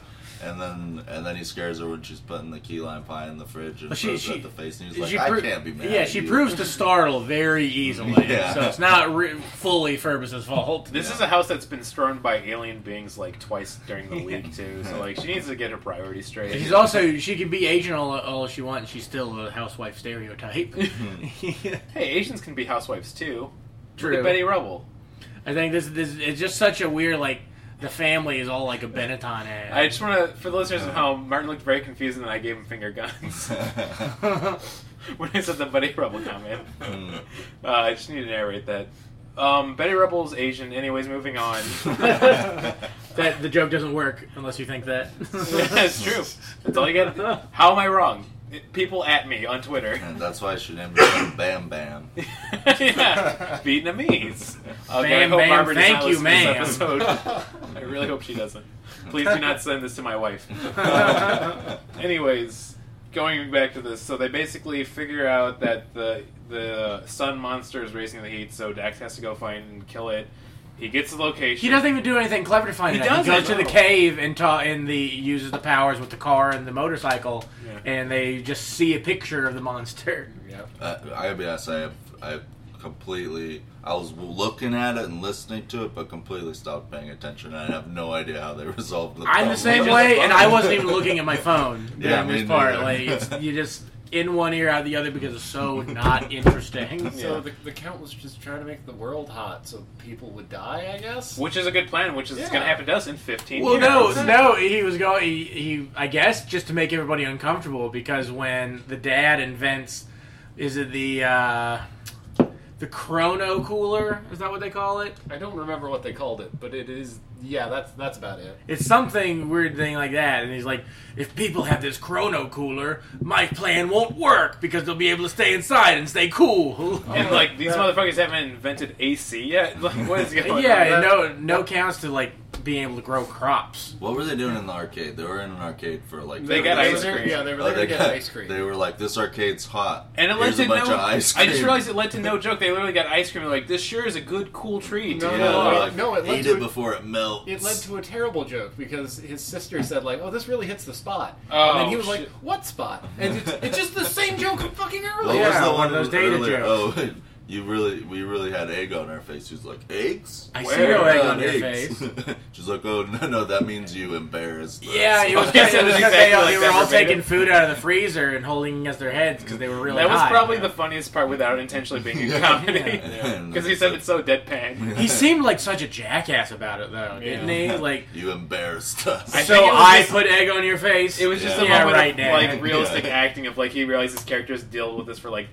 F: And then, and then he scares her when she's putting the key lime pie in the fridge and
C: But she-
F: throws it
C: she-
F: at the face, and he's like,
C: She
F: "I
C: pro-
F: can't be mad."
C: Yeah,
F: at
C: she *laughs*
F: you."
C: proves to startle very easily,
F: *laughs* Yeah.
C: so it's not re- fully Ferbus's fault.
D: This is a house that's been stormed by alien beings like twice during the week *laughs* too. So like she needs to get her priorities straight.
C: She's also she can be Asian all, all she wants. She's still a housewife *laughs* stereotype.
D: hey, Asians can be housewives too. Look
C: True.
D: at Betty Rubble.
C: I think this this it's just such a weird like the family is all like a Benetton ad.
D: I just want to, for the listeners at home, Martin looked very confused and I gave him finger guns *laughs* when I said the Betty Rubble comment. Uh, I just need to narrate that. Um, Betty Rubble's Asian. Anyways, moving *laughs* on.
C: that the joke doesn't work unless you think that. *laughs*
D: *laughs* That's true. That's all you got to know. How am I wrong? People at me on Twitter.
F: *laughs*
D: *laughs*
F: and that's why she named him Bam Bam.
D: yeah, Vietnamese.
C: Bam,
D: Okay, I hope
C: bam,
D: Barbara does
C: thank
D: not
C: you,
D: listen
C: ma'am.
D: to this episode.
C: *laughs*
D: I really hope she doesn't. Please do not send this to my wife. Anyways, going back to this, so they basically figure out that the the sun monster is raising the heat, so Dax has to go find and kill it. He gets the location.
C: He doesn't even do anything clever to find
D: He
C: it. out. he
D: doesn't,
C: goes to the
D: no.
C: cave and ta- and the uses the powers with the car and the motorcycle,
D: Yeah.
C: and they just see a picture of the monster.
E: Yeah.
F: Uh, I gotta be honest, I, I completely, I was looking at it and listening to it, but completely stopped paying attention. I have no idea how they *laughs* resolved the
C: I'm
F: problem.
C: the
F: *laughs*
C: same
D: Just
C: way,
D: a
C: and
D: phone.
C: I wasn't *laughs* even looking at my phone during
F: Yeah, me
C: this part.
F: neither.
C: Like
F: *laughs*
C: it's, you just in one ear out the other because it's so not interesting.
E: So
D: Yeah.
E: the, the count was just trying to make the world hot so people would die, I guess.
D: Which is a good plan, which is it's
E: Yeah.
D: going to happen to us in 15
C: Well,
D: years.
C: no, *laughs* no, he was going. He, he, I guess, just to make everybody uncomfortable because when the dad invents, is it the uh, the chrono cooler? Is that what they call it?
E: I don't remember what they called it, but it is yeah, that's that's about it.
C: It's something weird thing like that, and he's like, if people have this chrono cooler, my plan won't work because they'll be able to stay inside and stay cool. *laughs*
D: And, like, these motherfuckers haven't invented AC yet. *laughs* Like, what is going on?
C: yeah, and no, no counts to like being able to grow crops.
F: What were they doing in the arcade? They were in an arcade for like.
D: They got
F: were
D: ice
F: like-
D: cream.
E: Yeah, they were
F: Like
E: there
F: Oh, they,
E: to get
F: got-
E: ice cream.
F: they were like, this arcade's hot.
D: And it led
F: Here's
D: to
F: a bunch
D: no.
F: of ice
D: I
F: cream.
D: just realized it led to no joke. They literally got ice cream. They're like, this sure is a good, cool treat.
E: No,
F: Yeah,
E: no,
F: they're
E: it-
F: like,
E: no, it led
F: eat
E: to-
F: it before it melts.
E: It led to a terrible joke because his sister said like, "Oh, this really hits the spot,"
D: Oh,
E: and then he was like,
D: shit.
E: "What spot?" And it's, it's just
D: *laughs*
E: the same joke from fucking
F: What
E: earlier.
C: Yeah,
F: was the
C: one
F: one
C: of those data
F: earlier?
C: jokes.
F: Oh, *laughs* you really, we really had egg on our face. She's like, eggs?
C: I
D: Where
C: see no
D: are
C: egg
F: Not
C: on your
F: eggs." *laughs*
C: face.
F: She's like, oh no, no, that means you embarrassed. us."
C: Yeah,
F: *laughs*
C: it was
D: Yeah,
C: because it was
D: it was
C: 'cause
D: exactly
C: they, all-
D: like
C: they
D: that
C: were all
D: verbatim.
C: taking food out of the freezer and holding against their heads because they were really
D: That was
C: high.
D: probably the funniest part without intentionally being a comedy. *laughs*
F: Yeah.
D: Because he said it's so deadpan.
C: *laughs* He seemed like such a jackass about it though, didn't
D: *laughs*
C: he? Like,
F: You embarrassed us.
D: I
C: so
D: think it was
C: I
D: just-
C: put egg on your face.
D: It was just a
C: Yeah,
D: moment
C: right,
D: of
C: Dad. *laughs*
D: like realistic
F: Yeah.
D: acting of like he realized his characters deal with this for like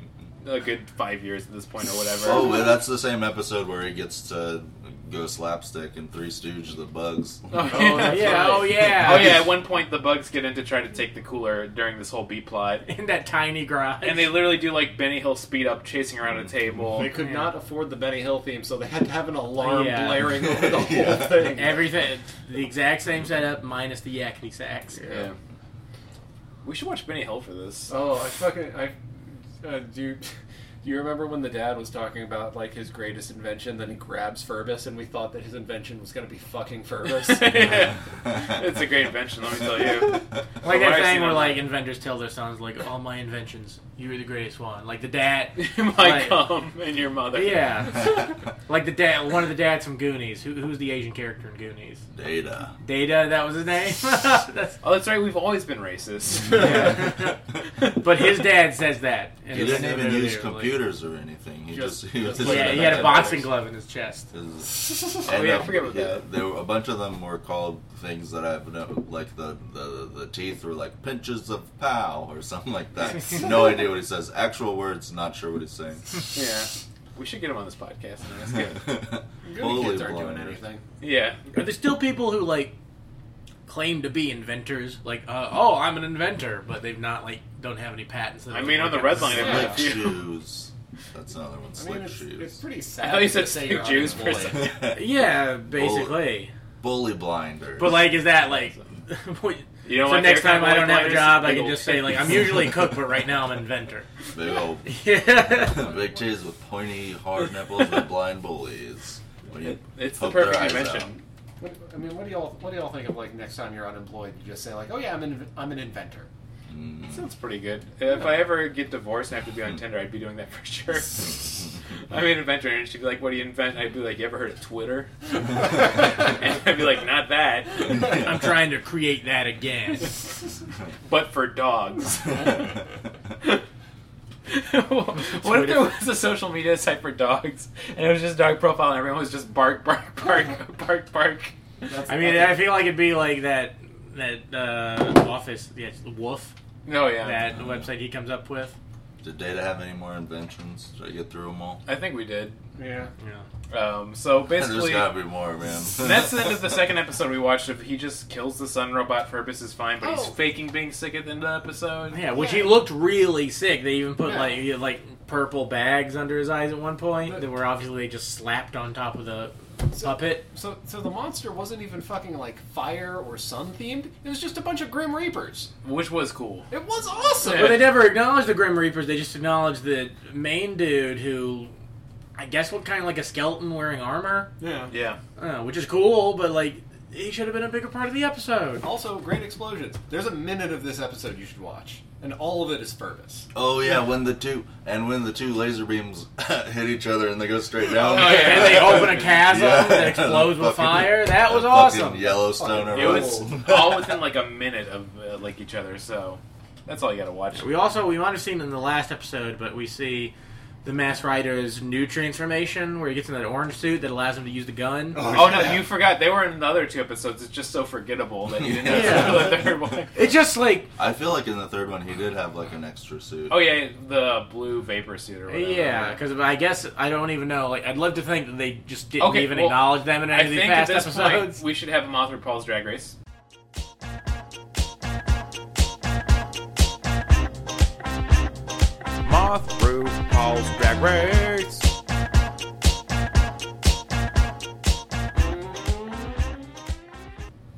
D: a good five years at this point or whatever. *laughs*
F: Oh, well, that's the same episode where he gets to go slapstick and Three Stooge the bugs.
C: Oh,
D: yeah.
C: yeah, *laughs*
E: right.
C: oh yeah,
D: Oh, *laughs* yeah, at one point the bugs get in to try to take the cooler during this whole B plot.
C: In that tiny garage,
D: And they literally do like Benny Hill speed up chasing around a table.
E: They could
C: Yeah.
E: not afford the Benny Hill theme, so they had to have an alarm
C: Yeah.
E: blaring over
D: *laughs*
E: the whole
F: Yeah.
E: thing.
C: everything the exact same setup minus the yakety sacks.
D: Yeah. We should watch Benny Hill for this.
E: Oh, I fucking I uh, do. you- *laughs* Do you remember when the dad was talking about like his greatest invention? Then he grabs Furbus, and we thought that his invention was gonna be fucking
D: *laughs*
E: Furbus.
F: *laughs*
D: it's a great invention, let me tell you. *laughs*
C: Like
D: From what
C: that
D: I've
C: thing
D: seen
C: where
D: on
C: like
D: that.
C: inventors tell their sons like, "All my *laughs* inventions, you were the greatest one." Like the dad,
D: My
C: Right.
D: cum and your mother.
C: yeah. Like the dad, one of the dads from Goonies. Who, who's the Asian character in Goonies?
F: Data.
C: Data, that was his *laughs* name. That's-
D: Oh, that's right. We've always been racist. *laughs*
C: but his dad says that. in
F: He
C: the-
F: didn't
C: in
F: even
C: the
F: use
C: video, like-
F: computers or anything. He
E: Just-
F: just, he was just
C: yeah, he had a boxing glove in his chest.
F: Oh,
D: yeah, I forget what that-
F: There were, a bunch of them were called things that I've no, like the, the the teeth were like pinches of pow or something like that. no idea what he says. Actual words, not sure what he's saying.
D: yeah. We should get him on this podcast and
F: *laughs*
D: ask him.
E: Goody
F: Holy
E: kids aren't doing
F: blimey.
E: anything.
D: *laughs* Yeah.
C: Are there still people who like claim to be inventors? Like, uh, oh, I'm an inventor, but they've not like don't have any patents. that
D: I
C: they
D: mean, on
C: work
D: the
C: out.
D: red line,
E: Yeah.
D: *laughs*
F: Slick
D: I've a few.
F: shoes. That's another one.
E: I
F: Slick
E: mean, it's, it's
F: shoes.
E: pretty sad.
D: I thought you
E: to
D: said
E: say
D: sick
E: you're
D: *laughs* Jews for a
E: unemployed.
D: second.
C: Yeah, basically.
F: *laughs* Bully blinders.
C: But like, is that like? *laughs* what-
D: You know
C: so
D: what,
C: next
D: they're
C: time
D: kinda
C: I don't
D: like
C: have a
D: mine,
C: job, I
D: big
C: can
D: old
C: just say like, I'm
D: titties.
C: usually a cook, but right now I'm an inventor. *laughs*
F: big old
C: Yeah.
F: *laughs* big titties with pointy hard nipples with blind bullies. When you
D: *laughs* It's the
F: poke their
D: perfect
F: eyes
D: invention.
E: What, I mean, what do y'all what do y'all think of like next time you're unemployed? You just say like, oh yeah, I'm an I'm an inventor.
F: out. Mm.
D: Sounds pretty good. If I ever get divorced and have to be on Tinder, I'd be doing that for sure. *laughs* I'm an inventor, and she'd be like, "What do you invent?" I'd be like, "You ever heard of Twitter?"
F: *laughs*
D: and *laughs* I'd be like, "Not that,
C: I'm trying to create that again.
D: but for dogs." *laughs* what if there was a social media site for dogs, and it was just dog profile, and everyone was just bark, bark, bark, *laughs* bark, bark?
E: That's,
C: I mean, I feel like it'd be like that that uh, office, yeah, Wolf,
D: No, yeah,
C: that website he comes up with.
F: *laughs* Did Data have any more inventions? Did I get through them all? *laughs*
D: I think we did.
E: yeah.
C: Yeah.
D: Um, so
F: There's
D: basically,
F: gotta be more, man.
D: that's the end of the second episode we watched. If he just kills the sun robot, Purpose is fine, but he's
E: Oh.
D: faking being sick at the end of the episode.
C: Yeah, which he looked really sick. They even put
E: Yeah.
C: like he had, like purple bags under his eyes at one point that were obviously just slapped on top of the puppet.
E: So so the monster wasn't even fucking like fire or sun themed. It was just a bunch of grim reapers.
D: which was cool.
E: It was awesome.
C: But they never acknowledged the Grim Reapers. They just acknowledged the main dude who, I guess, looked kind of like a skeleton wearing armor,
E: Yeah.
D: Yeah,
C: uh, which is cool. But like, he should have been a bigger part of the episode.
E: Also, great explosions. There's a minute of this episode you should watch, and all of it is Purvis.
F: *laughs* oh yeah, when the two and when the two laser beams *laughs* hit each other and they go straight down.
D: Oh,
F: *laughs*
D: yeah.
C: And
D: *laughs*
C: they open a chasm
F: Yeah.
C: that
F: *laughs*
C: explodes with
F: Fucking-
C: fire. That was
F: fucking
C: awesome.
F: Yellowstone
D: it was
F: erupts.
D: all within like a minute of uh, like each other. So that's all you gotta watch.
C: We also we might have seen in the last episode, but we see the Mass Rider's new transformation where he gets in that orange suit that allows him to use the gun.
D: Oh no, you forgot. They were in the other two episodes. It's just so forgettable that you
C: *laughs*
D: didn't know
C: Yeah.
D: until the third one.
C: It's just like
F: I feel like in the third one he did have like an extra suit.
D: *laughs* Oh yeah, the blue vapor suit or whatever.
C: yeah, because I guess I don't even know. Like I'd love to think that they just didn't
D: Okay,
C: even
D: well,
C: acknowledge them in any
D: I
C: of these
D: think at
C: past
D: this
C: episodes.
D: point we should have him author Paul's Drag Race.
G: Moth Brew Paul's Drag Race.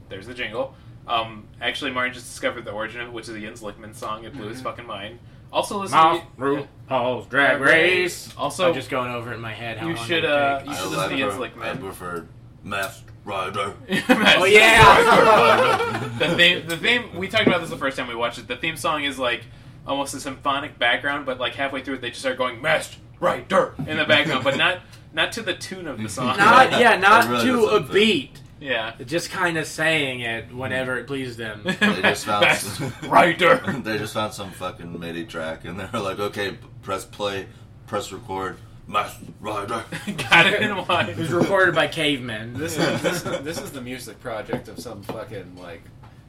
D: There's the jingle. Um, actually, Martin just discovered the origin of it, which is a Jens Lickman song. It blew his fucking mind. Also, listen.
C: Mouth
D: to,
C: RuPaul's Drag Race.
D: Also-
C: I'm just going over it in my head. How
D: You
C: long
D: should,
C: it would
D: uh,
C: take.
D: you
F: I,
D: should
F: like
D: listen to Jens
F: her- I
D: Lickman.
F: preferred Masked Rider.
D: oh
C: yeah.
D: *laughs* the theme, the theme. We talked about this the first time we watched it. The theme song is like almost a symphonic background, but like halfway through it, they just start going "Masked Rider" in the background, but not not to the tune of the
C: *laughs*
D: song.
F: *laughs*
C: not yeah, not
F: That really
C: to a
F: doesn't fit.
C: beat.
D: *laughs* yeah.
C: Just kind of saying it whenever it pleased
D: *laughs*
C: them.
F: They just found
D: Masked
F: *laughs*
D: Rider.
F: they just found some fucking MIDI track and they were like, okay, p- press play, press record, Masked Rider.
D: Got it in
C: It was
D: one.
C: recorded by
D: *laughs*
C: cavemen.
E: This is this, this is the music project of some fucking like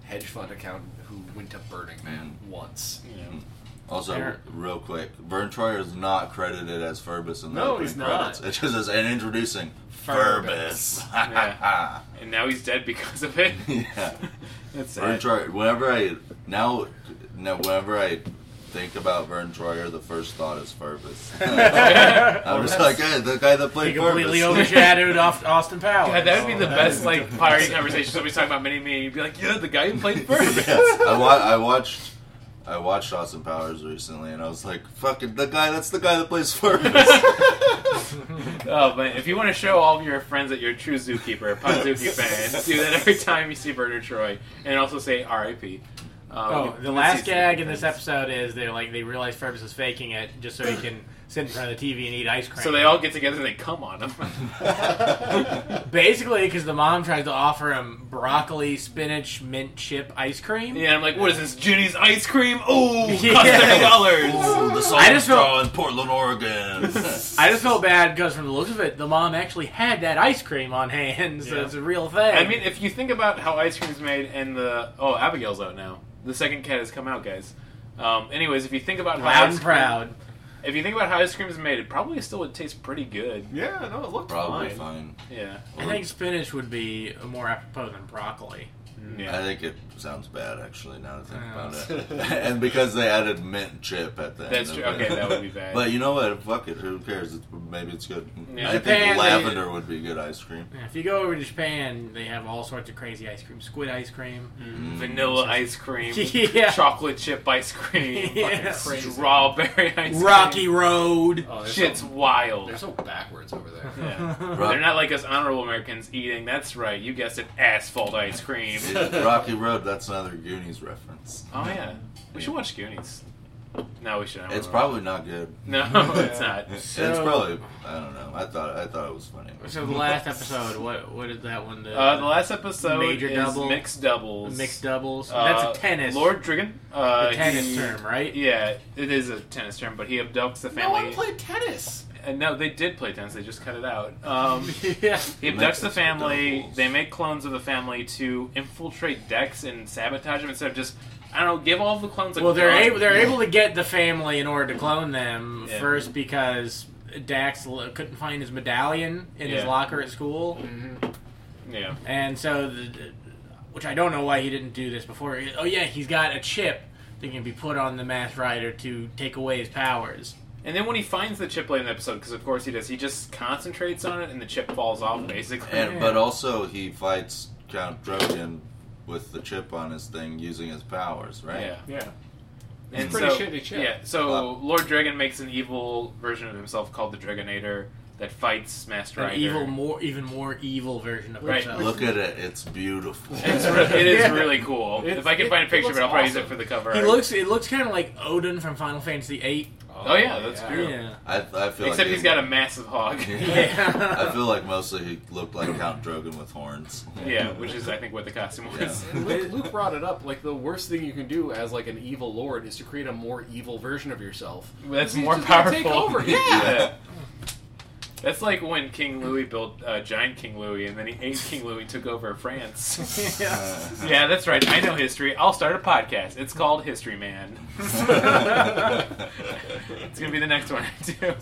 E: hedge fund accountant who went to Burning Man once.
F: Also,
C: There-
F: real quick, Vern Troyer is not credited as Furbus in the
E: No,
F: opening
E: he's not.
F: credits. It just says, and introducing Furbus. *laughs*
D: Yeah. And now he's dead because of it.
F: yeah.
D: That's
F: Vern
D: sad.
F: Troyer, whenever I, now, now, whenever I think about Vern Troyer, the first thought is Furbus. *laughs* I'm just like, hey, the guy that
C: He
F: played
C: completely
F: Furbus.
C: overshadowed off Austin Powers.
D: God, Oh, that would be the best like *laughs* pirate conversation. Somebody's talking about Mini Me, you'd be like, "Yeah, the guy who *laughs* played Furby."
F: *laughs* yes, I, wa- I watched. I watched Austin Powers recently, and I was like, "Fucking the guy! That's the guy that plays
D: *laughs*
F: Furbus."
D: Oh, but if you want to show all of your friends that you're a true zookeeper, Ponzuki fan, do that every time you see Bernard Troy, and also say R.I.P. Um,
C: oh, the
D: let's
C: last
D: see-
C: gag in this episode is they're like they realize Purvis is faking it just so he can sit in front of the TV and eat ice cream.
D: So they all get together and they come
C: *laughs*
D: on him.
C: basically because the mom tries to offer him broccoli, spinach, mint chip ice cream.
D: yeah, I'm like, what is this, Judy's ice cream?
C: *laughs*
D: Oh,
C: Yeah. *laughs*
D: custard colors.
F: Ooh, the
C: I just
F: salt straw in
D: *laughs*
F: Portland, Oregon.
C: I just felt bad because from the looks of it, the mom actually had that ice cream on hand, so
D: Yeah.
C: it's a real thing.
D: I mean, if you think about how ice cream's made and the oh, Abigail's out now. The second cat has come out, guys. Um, anyways, if you think about how
C: loud
D: ice
C: and
D: cream-
C: proud.
D: if you think about how ice cream is made, it probably still would taste pretty good.
E: Yeah, no, it looked
F: Probably
E: fine.
F: fine.
D: Yeah,
C: I think spinach would be more apropos than broccoli.
F: I
D: yeah. Uh.
F: think it sounds bad actually now to think
C: Yeah.
F: about it. *laughs* and because they added mint chip at the
D: That's
F: end.
D: true.
F: of it.
D: Okay, that would be bad.
F: *laughs* But you know what? Fuck it. Who cares? It's, maybe it's good.
D: Yeah.
F: I think
C: Japan, they-
F: lavender would be good ice cream.
C: Yeah, If you go over to Japan, they have all sorts of crazy ice cream, squid ice cream.
D: Vanilla ice cream,
C: Mm. *laughs* Yeah.
D: chocolate chip
C: *laughs*
D: ice cream,
C: Yeah.
D: fucking strawberry ice
C: Rocky
D: cream.
C: Road.
E: Oh, they're
D: Shit's
E: so,
D: wild.
E: they're so backwards over there.
D: *laughs*
E: *laughs*
D: Yeah. *laughs*
F: Rock-
D: They're not like us honorable Americans eating. That's right. You guessed it, asphalt ice cream.
F: Rocky Road. That's another Goonies reference.
D: Oh yeah, we should watch Goonies. No, we shouldn't.
F: It's probably not good.
D: no, *laughs* it's not.
F: it's
C: So-
F: probably I don't know. I thought I thought it was funny.
C: Oh, So the last episode, what what is that one? The,
D: Uh, the last episode
C: Major
D: is
C: double.
D: mixed doubles.
C: mixed doubles.
D: Uh,
C: That's a tennis.
D: Lord Drigan. Uh,
C: the tennis
D: he-
C: term, right?
D: Yeah, it is a tennis term, but he abducts the
E: No
D: family.
E: one played tennis.
D: Uh, no, they did play tennis. They just cut it out.
C: *laughs*
D: Um,
C: *laughs* yeah.
D: he abducts the
F: Mixed
D: family.
F: doubles.
D: They make clones of the family to infiltrate decks and sabotage them instead of just I don't know. Give all the clones. A
C: Well, they're
D: gun.
C: able they're able to get the family in order to clone them
D: Yeah.
C: first because Dax l- couldn't find his medallion in his
D: Yeah. Mm-hmm.
C: locker at school,
D: Yeah.
C: and so the, the- which I don't know why he didn't do this before. Oh yeah, he's got a chip that can be put on the Mass Rider to take away his powers.
D: And then when he finds the chip late in the episode, because of course he does, he just concentrates on it and the chip falls off basically.
F: And but also he fights Count Drogon with the chip on his thing using his powers, right?
D: yeah.
E: Yeah.
D: And
E: It's pretty
D: so,
E: shitty chip.
D: Yeah, so
F: Wow.
D: Lord Dragon makes an evil version of himself called the Dragonator that fights Master
C: An
D: Rider. *laughs*
C: evil, more even more evil version of
D: Right.
C: himself.
F: Look at it. It's beautiful.
D: It's re- it is
E: Yeah.
D: really cool.
E: It's-
D: if I can
E: it-
D: find a
E: it
D: picture of
E: looks
D: it, I'll probably use it
E: awesome.
D: for the cover.
C: He
D: art.
C: looks it looks kind of like Odin from Final Fantasy VIII.
D: Oh, yeah, that's true.
C: Yeah.
F: I, I feel like
D: Except he's got a massive hog.
C: Yeah. *laughs*
F: I feel like mostly he looked like Count Drogon with horns.
D: *laughs* yeah, *laughs* which is I think what the costume was.
F: Yeah.
E: And Luke, Luke brought it up. Like the worst thing you can do as like an evil lord is to create a more evil version of yourself.
D: That's
E: He's
D: more
E: just gonna
D: powerful.
E: take
D: *laughs*
E: over. Yeah.
D: Yeah. That's like when King Louis built uh, giant King Louis, and then he ate King Louis and took over *laughs* France. yeah, that's right. I know history. I'll start a podcast. It's called History Man. *laughs* It's gonna be the next one *laughs* I do.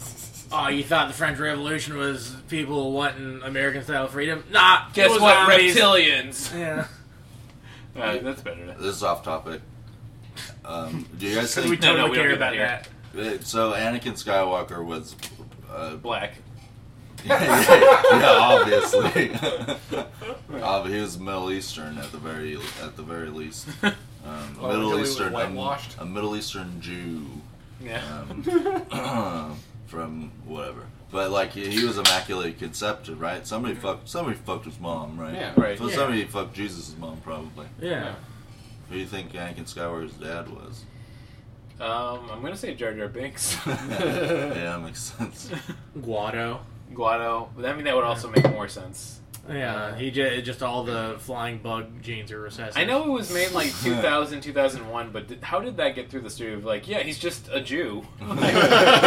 C: Oh, you thought the French Revolution was people wanting American style freedom? Nah, it
D: Guess
C: was
D: what,
C: zombies.
D: reptilians?
C: Yeah.
D: Uh, that's better.
F: *laughs* this is off topic. Um, do you guys
C: Because we
D: *laughs*
F: think
D: No,
C: totally
D: no, we don't
C: care
D: get
C: about
D: that
C: that.
F: uh, so? Anakin Skywalker was. Uh,
D: Black.
F: *laughs* yeah, obviously. *laughs* Ob- he was Middle Eastern at the very at the very least. Um,
E: *laughs* Oh, until he
F: Middle
E: was
F: Eastern, a,
E: whitewashed.
F: a Middle Eastern Jew.
D: Yeah.
E: *laughs*
F: um, *coughs* from whatever. But like he, he was immaculately concepted, right? Somebody fucked somebody fucked his mom, right?
E: Yeah.
D: Right.
F: So
C: Yeah.
F: somebody fucked Jesus' mom probably.
C: Yeah.
F: Who do you think Anakin Skywalker's dad
E: *laughs*
F: was? *laughs*
D: Um, I'm gonna say Jar Jar Binks. *laughs*
F: yeah, that makes sense.
C: Guado.
D: Guado. But I mean, that would also make more sense.
C: Yeah, Uh, he just, just all the flying bug genes are recessive.
D: I know it was made like 2000, 2001, but did, how did that get through the studio? Of like, yeah, he's just
C: *laughs*
D: a Jew.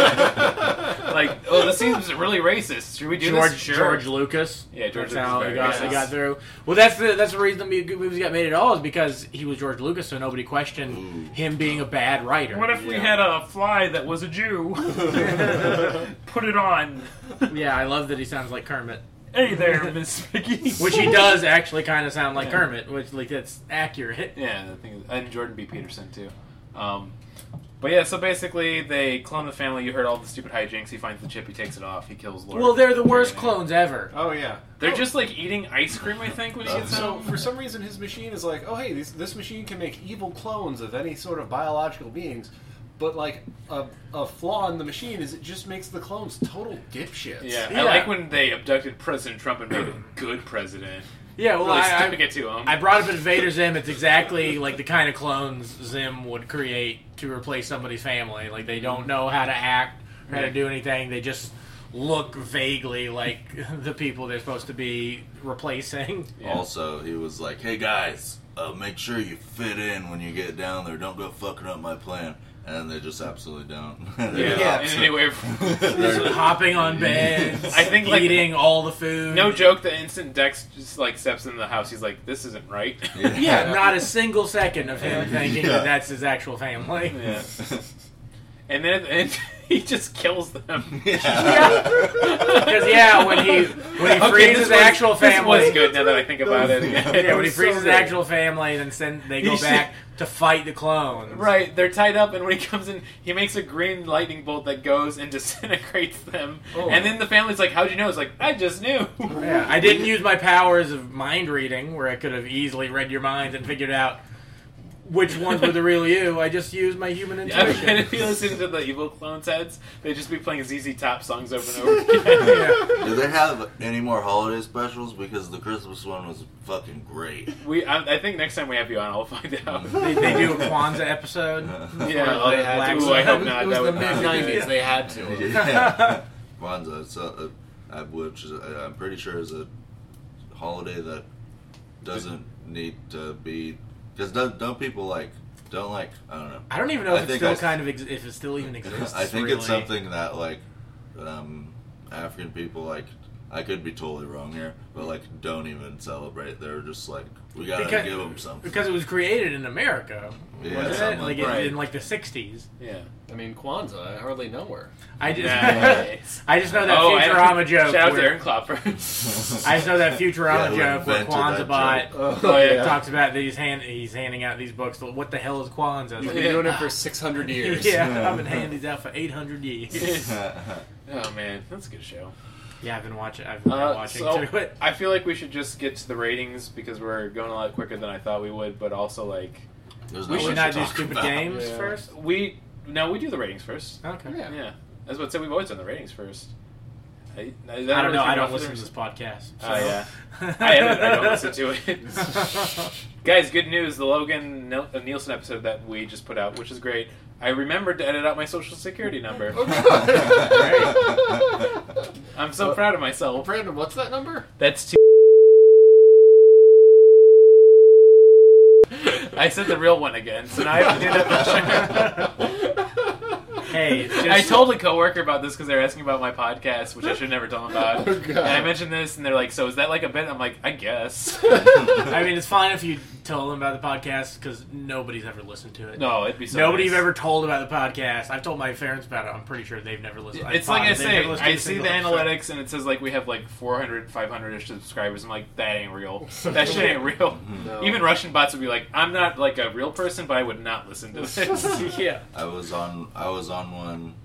D: like, oh, this seems really racist. Should we do
C: George
D: this? Sure.
C: George Lucas.
D: Yeah, George
C: that's
D: Lucas
C: How
D: is
C: it
D: very
C: got, it
D: racist.
C: got through. Well, that's the that's the reason the mo- good movies got made at all is because he was George Lucas, so nobody questioned him being a bad writer.
D: What if we had a fly that was a *laughs* Jew? Put it on.
C: *laughs* yeah, I love that he sounds like Kermit,
D: Hey there, Miss *laughs* Piggy.
C: which he does actually kind of sound like Kermit, which like that's accurate.
D: Yeah, the thing is, and Jordan B. Peterson too. Um, but yeah, so basically they clone the family. You heard all the stupid hijinks. He finds the chip. He takes it off. He kills Lord.
C: Well, they're the worst
D: Dragonator.
C: clones ever.
E: Oh yeah. Oh,
D: They're just like eating ice cream. I think when he gets
E: So
D: home.
E: for some reason, his machine is like, oh hey, this, this machine can make evil clones of any sort of biological beings. But like a, a flaw in the machine is it just makes the clones total dipshits.
D: Yeah,
C: Yeah.
D: I like when they abducted President Trump and made him a good president.
C: Yeah, well,
D: Really
C: I,
D: sticking
C: I,
D: it to him.
C: I brought up Invader Zim. It's exactly like the kind of clones Zim would create to replace somebody's family. Like they don't know how to act try to do anything. They just look vaguely like *laughs* the people they're supposed to be replacing. *laughs*
F: Also, he was like, "Hey guys, uh, make sure you fit in when you get down there. Don't go fucking up my plan." And they just absolutely don't. *laughs* They're
D: Yeah,
F: absolute- *laughs*
D: Anyway,
F: they're- *laughs*
C: Hopping on beds,
D: I think, like-
C: eating all the food.
D: no joke. The instant Dex just like steps into the house, he's like, "This isn't right."
C: Yeah, not a single second of him thinking
F: Yeah.
C: that that's his actual family.
D: *laughs* yeah. And then at the end, *laughs* he just kills *laughs* them.
C: Because yeah, when he when he
D: Okay,
C: freezes
D: this
C: the
D: was-
C: actual family,
D: This was good now that I think about *laughs* it.
C: yeah, when he
D: was so
C: freezes the
D: good.
C: actual family, then send they go
D: You see-
C: back to fight the clones.
D: Right, they're tied up, and when he comes in, he makes a green lightning bolt that goes and *laughs* disintegrates them.
C: Oh.
D: And then the family's like, "How'd you know?" It's like, "I
C: *laughs*
D: just knew."
C: Yeah, I didn't use my powers of mind reading, where I could have easily read your minds and figured out which ones were the real you. I just used my human
D: I mean, *laughs*
C: intuition.
D: if you listen to the evil clones heads, they'd just be playing ZZ Top songs over and over again.
F: Do they have any more holiday specials? Because the Christmas one was fucking
D: *laughs*
F: great.
D: We, I, I think next time we have you on, I'll find out.
C: They, they do a Kwanzaa
F: Uh-huh.
C: episode.
D: yeah,
E: Well, they had to.
D: ooh, I hope
E: It
D: not.
E: was
D: That
E: the
D: would not be
E: mid-nineties.
D: good.
E: They had to.
C: *laughs*
F: Yeah. Kwanzaa, it's a, a, I- which is- I- I'm pretty sure is a holiday that doesn't need to be. Because don't, don't people like. Don't like. I don't know.
C: I don't even know if
F: I
C: it's
F: think
C: still
F: I-
C: kind of ex- if it still even exists.
F: *laughs* I think it's
C: really.
F: something that like um, African people like. I could be totally wrong here, but like, don't even celebrate. They're just like, we gotta 'em
C: Because-
F: give them something. *laughs*
C: because it was created in America,
F: Yeah,
C: wasn't it?
F: something
C: Like
F: like
C: in-
F: that.
C: in like the '60s.
D: Yeah.
E: I mean, Kwanzaa, I hardly know her.
C: I just,
D: *laughs* Nice.
C: *laughs* I just know that Futurama joke.
D: Oh, *laughs* Shout out to
C: where-
D: Aaron Klopper.
C: I just know that Futurama
F: Yeah, who
C: joke where
F: invented that
C: Kwanzaa bot
E: Oh, *laughs*
D: yeah.
C: talks about that he's hand he's handing out these books. What the hell is Kwanzaa? *laughs*
E: You've
C: It's
E: been
D: Yeah.
E: doing it for 600
C: Like,
D: *laughs*
E: years.
C: yeah, I've been handing these out for 800 years.
F: *laughs*
D: oh man, that's a good show.
C: Yeah, I've been watching. I've been
D: Uh,
C: watching
D: so
C: too. *laughs* But
D: I feel like we should just get to the ratings because we're going a lot quicker than I thought we would. But also, like
F: There's
C: we
F: no
C: should
F: much
C: not
F: to
C: do
F: talk
C: stupid
F: about.
C: games
E: Yeah.
C: first.
D: we no, we do the ratings first.
C: Okay.
E: Yeah.
D: Yeah, that's what I said. We've always done the ratings first. I, I,
C: I don't know. I don't listen to this
D: *laughs*
C: podcast. So. *laughs*
D: Oh yeah, I, edit, I don't listen to it. Guys, good news. The Logan Nil- uh, Nielsen episode that we just put out, which is great. I remembered to edit out my social security number.
C: Oh,
D: *laughs* I'm so proud of
E: *laughs*
D: myself.
E: Brandon, what's that number?
D: That's two. *laughs* I said the real one again, so now I have to do that. For sure.
C: *laughs*
D: *laughs*
C: Hey, it's just,
D: I told a coworker about this because they were asking about my podcast, which I should never tell them about.
E: *laughs* Oh, God.
D: and I mentioned this, and they're like, "So is that like a bit?" I'm like,
E: *laughs*
D: "I guess."
C: I mean, it's fine if you tell them about the podcast because nobody's ever listened to it.
D: no, it'd be so
C: Nobody
D: nice.
C: you've ever told about the podcast. I've told my parents about it. I'm pretty sure they've never listened.
D: It's like I
C: promise they've
D: say,
C: never listened to
D: I
C: a
D: see
C: single
D: the
C: episode.
D: analytics, and it says like we have like 400, 500 ish subscribers. I'm like, that
E: *laughs*
D: ain't real. That shit ain't real.
E: No.
D: Even Russian bots would be like, I'm not like a real person, but I would not
C: *laughs*
D: listen to this.
C: yeah.
F: I was on I was on one,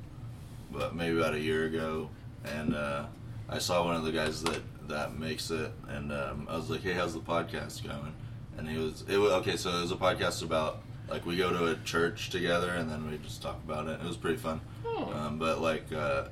F: but maybe about a year ago, and uh, I saw one of the guys that that makes it, and um, I was like, "Hey, how's the podcast going?" And he was it was okay. So it was a podcast about like we go to a church together, and then we just talk about it. It was pretty fun. Um, but like uh,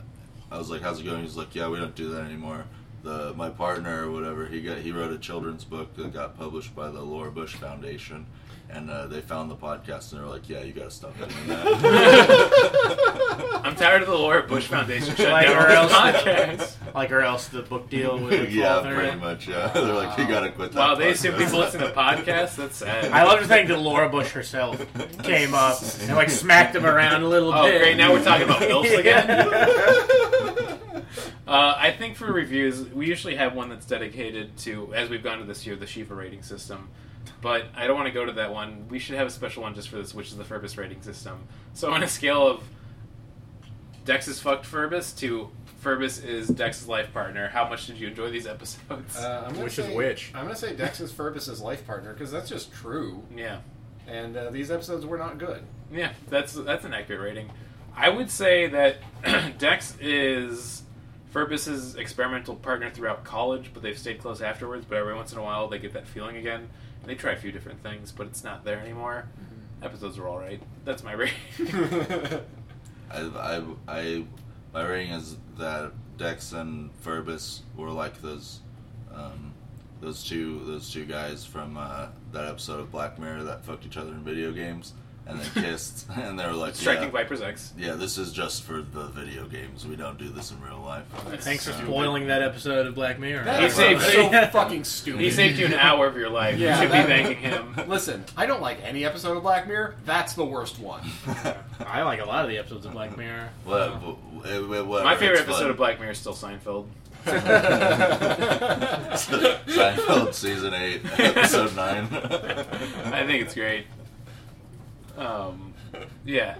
F: I was like, "How's it going?" He's like, "Yeah, we don't do that anymore." The, my partner or whatever he got he wrote a children's book that got published by the Laura Bush Foundation, and uh, they found the podcast and they're like, "Yeah, you got to stop doing that."
D: I'm tired of the Laura Bush Foundation shutting
C: Like,
D: down
C: or
D: our
C: else, *laughs*
D: *laughs* podcast.
C: like, or else the book
F: *laughs*
C: deal would
F: yeah,
C: fall
F: pretty
C: through.
F: much. Yeah, *laughs* they're like, you gotta quit that.
D: Wow, they assume
F: podcast."
D: people listen to
F: *laughs*
D: podcasts. That's sad.
C: I love to think that Laura Bush herself came up and like smacked him around a little
D: Oh,
C: bit.
D: great! Now we're
C: *laughs*
D: talking about MILFs again.
C: Yeah.
D: Uh, I think for reviews, we usually have one that's dedicated to, as we've gone to this year, the Shiva rating system. But I don't want to go to that one. We should have a special one just for this, which is the Furbus rating system. So on a scale of Dex is fucked Furbus to Furbus is Dex's life partner, how much did you enjoy these episodes?
E: Uh, I'm gonna
C: Which is
E: say-
C: which?
E: I'm going to say Dex's Furbus's life partner because that's just true.
D: yeah.
E: And uh, these episodes were not good.
D: Yeah, that's that's an accurate rating. I would say that *clears throat* Dex is Furbus's experimental partner throughout college, but they've stayed close afterwards. But every once in a while, they get that feeling again, and they try a few different things, but it's not there anymore. Episodes are all right. That's my
F: *laughs*
D: rating. *laughs*
F: I, I, I, my rating is that Dex and Furbus were like those, um, those two, those two guys from uh, that episode of Black Mirror that fucked each other in video games.
D: *laughs*
F: and they kissed, *laughs* and they were like,
D: Striking
F: yeah,
D: Viper's X.
F: yeah, this is just for the video games. We don't do this in real life.
C: Thanks for
F: So-
D: *laughs*
C: spoiling that episode of Black Mirror.
E: That
D: He
E: is
D: saved-
E: so
D: *laughs*
C: Yeah.
E: fucking stupid.
D: He saved
F: *laughs*
D: you an hour of your life.
E: Yeah,
D: you should
E: that-
D: be thanking him.
E: *laughs* Listen, I don't like any episode of Black Mirror. That's the worst one.
C: *laughs* I like a lot of the episodes of Black Mirror.
F: *laughs* What, what- it- it- whatever,
D: My favorite
F: it's
D: episode
F: fun.
D: of Black Mirror is still Seinfeld.
C: *laughs*
F: *laughs* Seinfeld season eight, *laughs* episode nine.
D: I
F: *laughs*
D: think it's great. Um, yeah.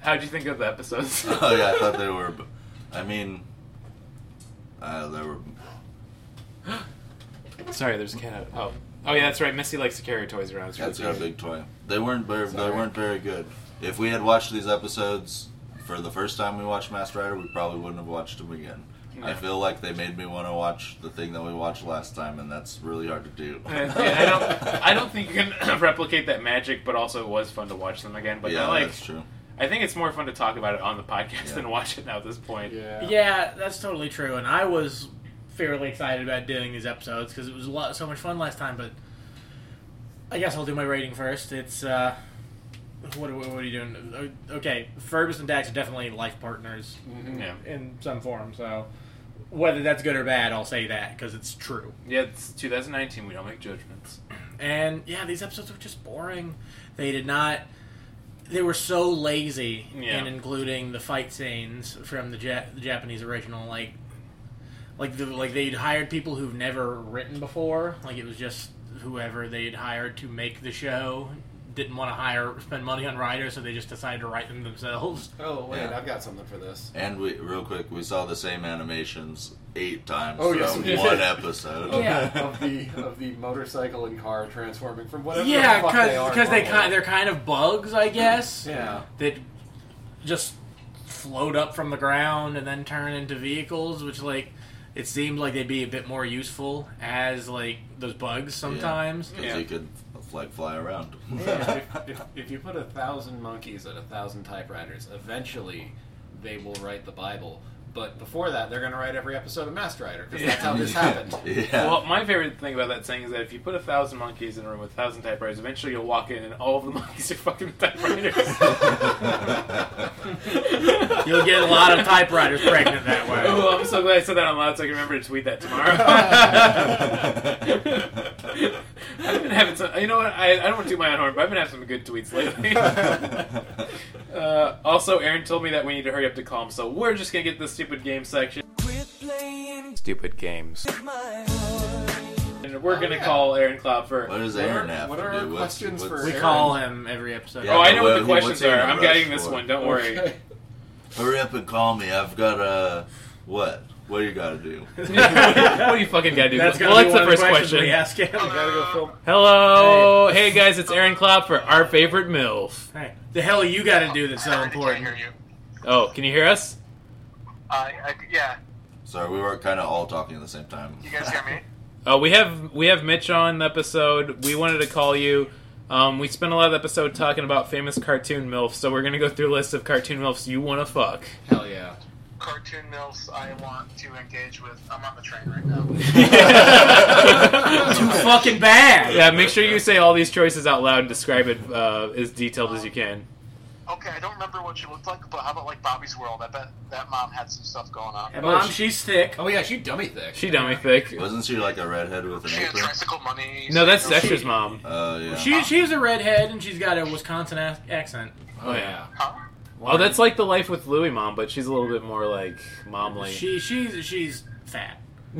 D: How'd you think of the
F: *laughs*
D: episodes?
F: oh yeah, I thought they were. b- I mean, uh, they were.
D: Sorry, there's a cat out. Oh. Oh yeah, that's right. Missy likes to carry her toys around. It's
F: That's
D: really
F: got a big toy. They weren't. Very, they weren't very good. If we had watched these episodes for the first time we watched Master Rider, we probably wouldn't have watched them again. I
D: Yeah.
F: feel like they made me want to watch the thing that we watched last time, and that's really hard to do.
D: Yeah, *laughs* *laughs* I don't. I don't think you can *clears throat* replicate that magic, but also it was fun to watch them again.
F: *laughs*
D: But
F: yeah,
D: not like
F: that's true.
D: I think it's more fun to talk about it on the podcast
F: Yeah.
D: than watch it now at this point.
C: Yeah, that's totally true. And I was fairly excited about doing these episodes because it was a lot, so much fun last time. But I guess I'll do my rating first. It's uh, what, what, what are you doing? Uh, Okay, Fergus and Dax are definitely life partners
D: yeah,
C: in some form. So whether that's good or bad, I'll say that because it's true.
D: Yeah, It's 2019. We don't make judgments.
C: And yeah, these episodes were just boring. They did not. They were so lazy
D: Yeah.
C: in including the fight scenes from the, ja- the Japanese original. Like, like the, like they'd hired people who've never written before. Like it was just whoever they'd hired to make the show didn't want to hire spend money on writers, so they just decided to write them themselves.
E: Oh wait,
F: Yeah.
E: I've got something for this.
F: And we, real quick, we saw the same animations eight times
E: Oh, yes,
F: throughout
E: we did.
F: one episode. *laughs*
C: Yeah.
E: *laughs* of the of the motorcycle and car transforming from whatever.
C: yeah,
E: the fuck they are.
C: because they,
E: normally.
C: kind they're kind of bugs, I guess.
E: Yeah.
C: that just float up from the ground and then turn into vehicles, which like it seemed like they'd be a bit more useful as like those bugs sometimes.
F: Because
D: Yeah.
F: he could like fly around.
E: if, if, if you put a thousand monkeys at a thousand typewriters, eventually they will write the Bible. But before that, they're going to write every episode of Master Rider because that's how this happened.
F: *laughs* yeah. *laughs*
E: *laughs*
D: Well, my favorite thing about that saying is that if you put a thousand monkeys in a room with a thousand typewriters, eventually you'll walk in and all of the *laughs* monkeys are fucking typewriters.
C: *laughs* You'll get a lot of typewriters pregnant that way.
D: Oh, I'm so glad I said that out loud so I can remember to tweet that tomorrow. *laughs* I've been having some, you know what, I, I don't want to do my own horn, but I've been having some good tweets
F: *laughs*
D: lately. uh, also, Aaron told me that we need to hurry up to calm, so we're just going to get the stupid game section.
G: Stupid games.
D: And we're going to call Aaron Klopfer.
F: what does
E: What are-
F: Aaron have
E: what
F: to
E: are
F: do?
E: our
F: What's-
E: questions
F: what's-
E: for
C: We
E: Aaron?
C: call him every episode.
F: Yeah.
D: Oh, I know what the
F: Well,
D: questions
F: what's he in
D: are.
F: a
D: I'm
F: rush
D: getting this
F: for?
D: one, don't
C: *laughs*
D: worry. *laughs*
E: Okay.
F: Hurry up and call me. I've got a what? What do you got to
E: *laughs*
F: do?
D: what do you fucking got to do?
C: That's gonna
D: well,
C: be one of the
D: that's the first
C: questions
D: question.
C: we ask him.
E: Gotta go film.
D: Hello. Hey. guys, it's Aaron Klopfer, our favorite MILF.
C: Hey, the hell you got to do that's so
H: I can't
C: important?
H: hear you.
D: Oh, can you hear us?
H: I, I, yeah,
F: Sorry, we were kind of all talking at the same time.
H: you guys hear me?
D: Uh, we have we have Mitch on the episode. We wanted to call you. Um, we spent a lot of the episode talking about famous cartoon milfs, so we're gonna go through a list of cartoon milfs you want
C: *laughs*
D: to fuck.
E: Hell yeah.
H: Cartoon Mills, I want to engage with. I'm on the train right now.
D: yeah,
C: Too fucking bad.
D: make sure you say all these choices out loud and describe it uh, as detailed as you can.
H: Okay, I don't remember what she looked like, but how about like Bobby's World? I bet that mom had some stuff going on.
C: And Mom, she's thick.
E: Oh yeah, she dummy thick.
D: She dummy thick.
F: *laughs* Wasn't she like a redhead with an
H: She had
F: apron?
H: tricycle money.
D: No, that's
H: so-
D: Dexter's mom.
F: Oh yeah.
C: She she's a redhead and she's got a Wisconsin ac- accent.
E: oh *laughs* yeah.
H: Huh?
D: Oh, that's like the life with Louie mom, but she's a little bit more like momly.
C: She she's she's fat.
D: *laughs*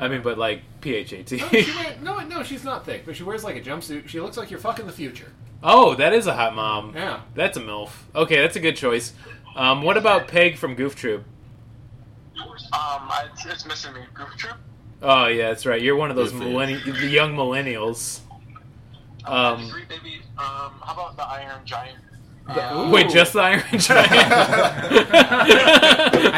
D: I mean, but like PHAT.
E: No, Oh,
D: *laughs*
E: she wear- no, no, she's not thick, but she wears like a jumpsuit. She looks like you're fucking the future.
D: oh, that is a hot mom.
E: Yeah.
D: That's a MILF. Okay, that's a good choice. Um, what about Peg from Goof Troop?
H: Um, I, it's, it's missing me. Group troop.
D: Oh, yeah, that's right. You're one of those
F: Goofy.
D: millenni- the young millennials. Um,
H: Three, maybe. Um, how about the Iron Giant?
D: Wait, just the Iron
E: *laughs*
D: Giant?
C: I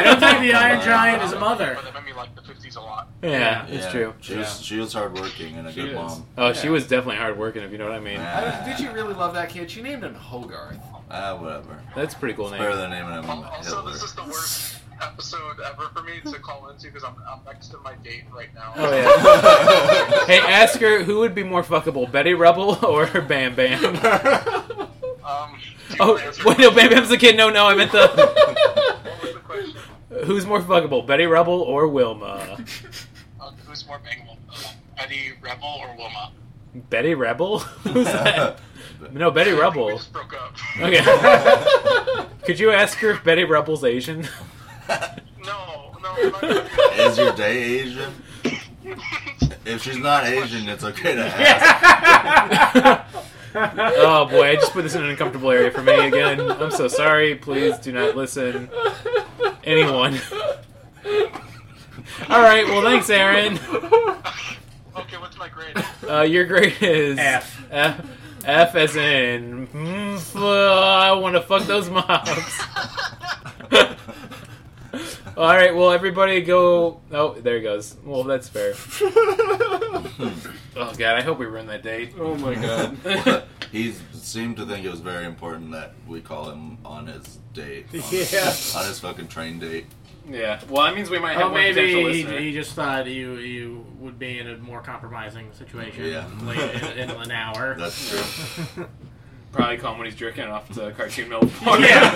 C: don't think the Iron Giant is a mother.
H: Um, But that made me like the 50s a lot.
D: *laughs* Yeah, it's
F: Yeah,
D: true.
F: She was she was hardworking and a
E: She
F: good
E: is.
F: mom.
D: Oh, she was definitely hard working, if you know what I mean.
E: I
F: Ah,
E: don't- Did she really love that kid? She named him Hogarth.
F: ah, whatever.
D: That's a pretty cool
F: Better
D: name.
F: than naming him
H: Al- Also,
F: Hitler.
H: this is the worst episode ever for me to call into because I'm, I'm next to my date right now.
D: Oh, yeah. *laughs* hey, *laughs* ask her who would be more fuckable, Betty Rubble or Bam Bam?
H: Um, you
D: *laughs* Oh,
H: want to answer
D: *laughs* wait, no, Bam Bam's the kid. No, no, I meant *laughs* the.
H: What was the question?
D: Who's more fuckable, Betty Rubble or Wilma?
H: Uh, who's more bangable? Uh, Betty Rebel or Wilma?
D: Betty Rebel? *laughs* Who's
E: *laughs*
D: that? No, Betty
H: We
D: Rubble.
H: just broke up.
D: *laughs* Okay. Could you ask her if Betty Rubble's Asian?
H: *laughs* No, no, I'm not gonna
F: *laughs* Is your day Asian? If she's not Asian, it's okay to ask.
D: Oh boy, I just put this in an uncomfortable area for me again. I'm so sorry. Please do not listen. *laughs* Anyone. All right. Well, thanks, Aaron.
H: *laughs* Okay, what's my grade?
D: Uh, your grade is
C: F.
D: F, F as in mm, f- I want to fuck those mobs. All right. Well, everybody go. Oh, there it goes. Well, that's fair. Oh god, I hope we ruined that date.
E: oh my god.
F: he seemed to think it was very important that we call him on his date. On,
C: Yeah.
F: on his fucking train date.
D: Yeah. Well, that means we might have
C: Oh,
D: one potential
C: maybe he,
D: listener.
C: he just thought you you would be in a more compromising situation
F: Yeah.
C: late in, in an hour.
F: *laughs*
C: *laughs*
F: That's true.
D: Probably call him when he's jerking off to
C: *laughs*
D: cartoon milk. porn.
C: yeah,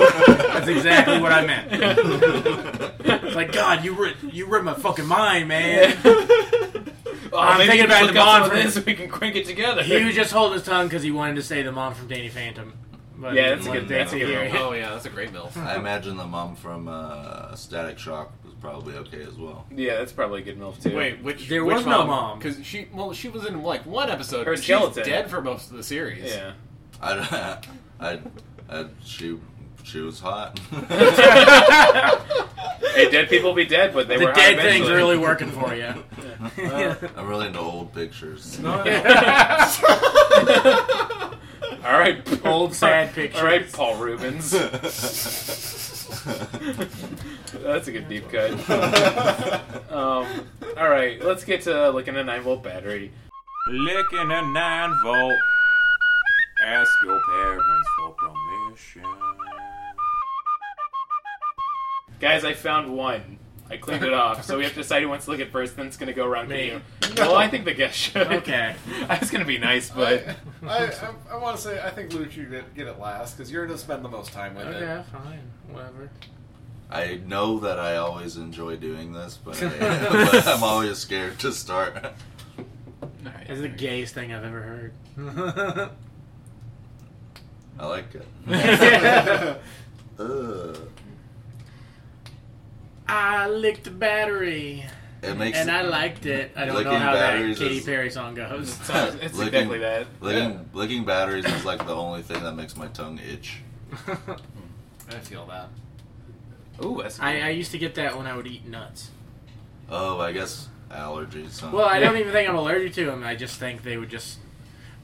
C: that's exactly what I meant.
D: *laughs*
C: It's like God, you ripped you ripped my fucking mind, man.
D: Oh,
C: I'm
D: maybe
C: thinking
D: we
C: about
D: look
C: the
D: up
C: bond
D: some of
C: for-
D: this so we can crank it together.
C: He was just holding his tongue because he wanted to say the mom from Danny Phantom. But
D: Yeah, that's a good-
C: they
D: that's a good
C: hear
D: one.
C: it.
E: Oh yeah, that's a great milf.
F: I imagine the mom from uh, Static Shock was probably okay as well.
D: yeah, that's probably a good milk too.
E: Wait, which
C: There
E: which
C: was no mom.
E: because she well she was in like one episode.
D: Her
E: but she's
D: skeleton.
E: dead for most of the series.
D: Yeah.
F: I, *laughs* I, I she, she was hot. *laughs*
D: Hey, dead people be dead, but they
C: The
D: were
C: dead
D: high
C: thing's
D: eventually.
C: really working for you.
F: I'm really into old pictures.
D: All right,
C: Old sad pictures.
D: All right, Paul Rubens.
F: *laughs*
D: That's a good deep cut.
C: *laughs*
D: Um, all right, let's get to looking at nine volt battery.
G: Licking a 9 volt. Ask your parents for permission.
D: Guys, I found one. I cleaned it off, so we have to decide who wants to look at first. Then it's gonna go around to
C: Me.
D: you.
C: *laughs*
D: Well, I think the guest should. *laughs*
C: Okay.
D: I was gonna be nice, but
E: *laughs* I, I, I want to say I think Luke should get, get it last because you're gonna spend the most time with it.
C: Yeah, fine, whatever.
F: I know that I always enjoy doing this, but,
D: *laughs*
F: I, but I'm always scared to start.
C: It's the gayest thing I've ever heard.
D: *laughs*
F: I like it.
E: *laughs*
D: *laughs*
F: Ugh.
C: I licked a battery
F: It makes
C: and I
F: *laughs*
C: liked it. I don't know
F: Licking
C: how that
F: batteries
C: Katy
F: is-
C: Perry song *laughs* goes.
D: it's exactly that.
F: Licking, licking batteries is like the only thing that makes my tongue itch.
E: I feel that.
D: Ooh,
C: *laughs*
D: that's
C: I, I used to get that when I would eat nuts.
F: Oh, I guess allergies. Huh?
C: Well, I don't even think I'm allergic to them. I just think they would just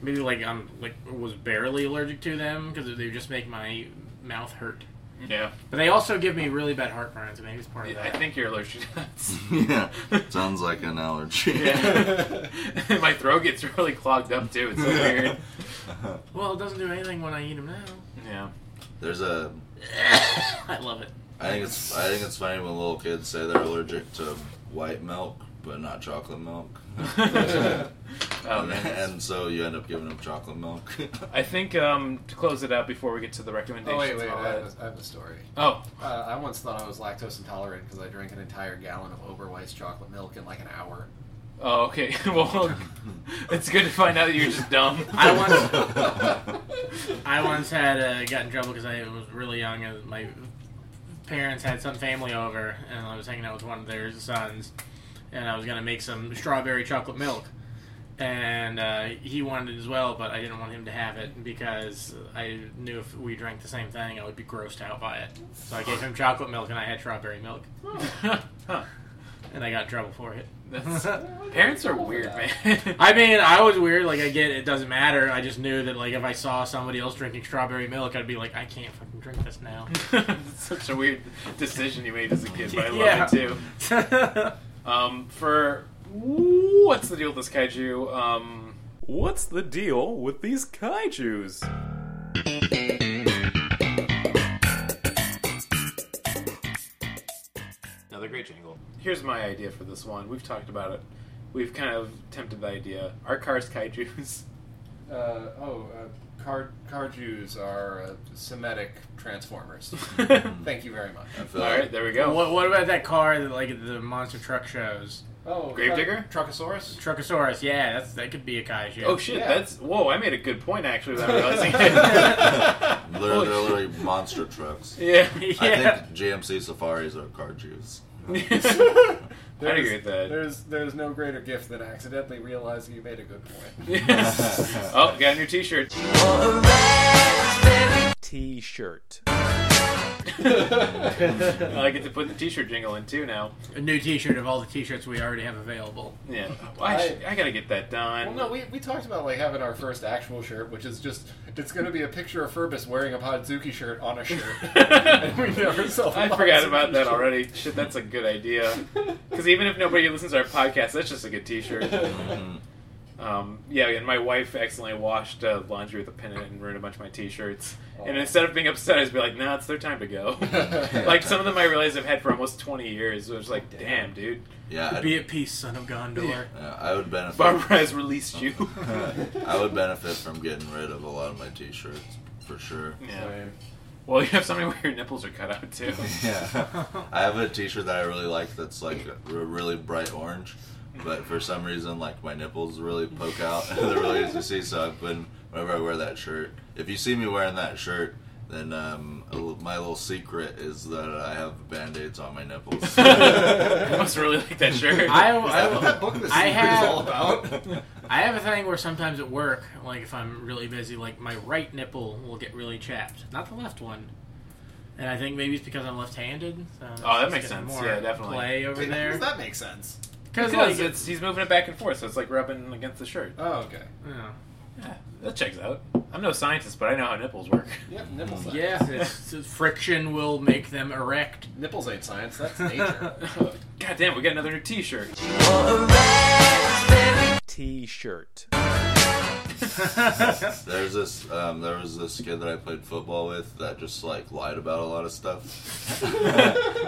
C: maybe like I'm like was barely allergic to them because they would just make my mouth hurt.
D: yeah.
C: But they also give me really bad heartburn, so maybe it's part of
D: I
C: that.
D: think you're allergic to nuts.
F: *laughs*
D: *laughs*
F: yeah, sounds like an allergy. *laughs*
D: My throat gets really clogged up too. It's
C: *laughs*
D: so weird.
C: well, it doesn't do anything when I eat them now.
F: *coughs*
D: Yeah. *laughs*
F: There's a.
C: I love it.
F: I think it's. I think it's funny when little kids say they're allergic to white milk, but not chocolate milk.
D: Oh
F: *laughs* and,
D: man.
F: so you end up giving them chocolate milk. *laughs*
D: I think um, to close it out before we get to the recommendations.
E: Oh wait, wait,
D: and all
E: I
D: that-
E: have, a, I have a story.
D: Oh,
E: Uh, I once thought I was lactose intolerant because I drank an entire gallon of Oberweis chocolate milk in like an *laughs* hour.
D: oh, okay. *laughs*
E: *laughs*
D: well, it's good to find out that you're just dumb.
C: I once
E: Uh,
C: I once had uh, got in trouble because I was really young and my parents had some family over and I was hanging out with one of their sons and I was gonna make some strawberry chocolate milk and uh, he wanted it as well but I didn't want him to have it because I knew if we drank the same thing I would be grossed out by it so I gave him chocolate milk and I had strawberry milk
D: *laughs* Huh.
C: and I got in trouble for it.
D: That's, parents
E: *laughs*
D: are weird, man. *laughs*
C: I mean, I was weird. Like, I get it doesn't matter. I just knew that, like, if I saw somebody else drinking strawberry milk, I'd be like, I can't fucking drink this now. *laughs*
D: It's such a weird decision you made as a kid, but I love
C: Yeah.
D: it too. Um, for what's the deal with this kaiju? Um,
G: What's the deal with these kaijus?
D: another great jingle. Here's my idea for this one. We've talked about it. We've kind of tempted the idea. Our cars kaiju's. *laughs*
E: uh, oh, uh, Car Car Jews are uh, Semitic transformers. Thank you very much.
F: I feel
D: All right,
F: like
D: there we go.
C: What, what about that car that like the monster truck shows?
E: Oh,
D: Gravedigger?
E: Tru- Truckosaurus.
C: Truckosaurus, yeah, that's that could be a kaiju.
D: Oh shit,
E: Yeah.
D: that's whoa! I made a good point actually without realizing it. *laughs*
F: literally, they're literally monster trucks.
D: yeah, *laughs*
F: I *laughs*
C: yeah.
F: think GMC Safaris are car Jews.
D: I agree with that.
E: There's there's no greater gift than accidentally realizing you made a good point.
D: oh, got a new T-shirt.
A: T-shirt.
D: I get to put the T-shirt jingle in too now.
C: A new T-shirt of all the T-shirts we already have available.
D: Yeah, Well, I, should- I gotta get that
E: Well,
D: done.
E: no,
D: *laughs*
E: we, we talked about like having our first actual shirt, which is just it's going to be a picture of Furbus wearing a Podzuki shirt on a
D: *laughs*
E: shirt. and we never saw.
D: I
E: a
D: forgot
E: Podzuki
D: about that
E: shirt.
D: already. Shit, that's a good idea. Because even if nobody listens to our podcast, that's just a good T-shirt. Um, yeah, and my wife accidentally washed uh, laundry with a pennant and ruined a bunch of my T-shirts. And
E: Aw.
D: instead of being upset, I was be like, "Nah, it's their time
E: *laughs*
D: to go." *laughs* like some of them I realized I've had for almost 20 years. It was like, "Damn, dude,
F: Yeah, I'd,
C: Be at peace, son of Gondor.
F: yeah, I would benefit.
D: Barbara has released you."
F: *laughs* I would benefit from getting rid of a lot of my T-shirts for sure.
D: yeah. Well, *laughs* you have something where your nipples are cut out too.
F: *laughs* Yeah, I have a T-shirt that I really like that's like a really bright orange, but for some reason like my nipples really poke out. *laughs* They're really easy to see, so I've been whenever I wear that shirt. If you see me wearing that shirt, then um, a l- my little secret is that I have band-aids on my nipples. *laughs*
D: I must really like that shirt.
C: I,
F: that what
C: I,
F: that
E: Book this
C: I
E: is
C: have-
E: all about.
C: I have a thing where sometimes at work, like if I'm really busy, like my right nipple will get really chapped, not the left one. And I think maybe it's because I'm left-handed. So
D: Oh, that
C: it's
D: makes
C: getting
D: sense.
C: More
D: Yeah, definitely.
C: Play over there.
E: Does that make sense?
D: Because
C: like,
D: it's, he's moving it back and forth, so it's like rubbing against the shirt.
E: Oh, okay.
C: yeah.
D: Yeah, that checks out. I'm no scientist, but I know how nipples work. *laughs*
E: Yep, nipple science.
C: Yeah, it's, it's- friction will make them erect.
E: Nipples ain't science.
D: *laughs*
E: That's nature.
D: God damn, we got another new T-shirt.
A: T-shirt.
F: There's this um, there was this kid that I played football with that just like lied about a lot of
C: *laughs*
F: stuff. um,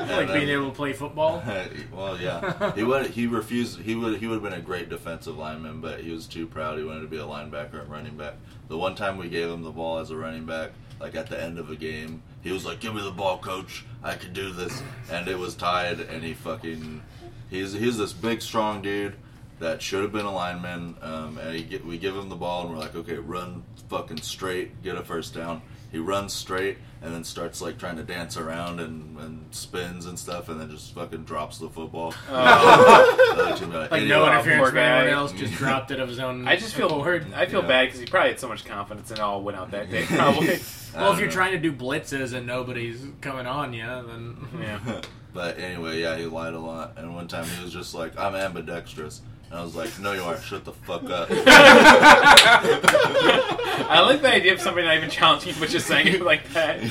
C: Like being able to play football.
F: *laughs* well, yeah, he would. He refused. He would. He would have been a great defensive lineman, but he was too proud. He wanted to be a linebacker and running back. The one time we gave him the ball as a running back, like at the end of a game, he was like, "Give me the ball, coach. I can do this." And it was tied, and he fucking. He's he's this big, strong dude that should have been a lineman. Um, and he get, we give him the ball, and we're like, "Okay, run fucking straight, get a first down." He runs straight and then starts like trying to dance around and, and spins and stuff, and then just fucking drops the football. *laughs* The other team got
C: Like
F: idiot.
C: no
D: Wow,
F: *laughs*
C: interference
D: poor
C: from anyone
D: guy.
C: else, just dropped it of his *laughs* own.
D: I just feel
C: accord.
D: I feel
F: Yeah.
D: bad because he probably had so much confidence and it all went out that
F: *laughs*
D: day. Probably.
C: Well, if you're
F: know.
C: trying to do blitzes and nobody's coming on you, then *laughs*
D: yeah.
F: *laughs* But anyway, yeah, he lied a lot. And one time he was just like, "I'm ambidextrous," and I was like, "No, you aren't. Shut the fuck
C: *laughs*
F: up." *laughs*
D: I like the idea of somebody not even challenging, but just saying it like that.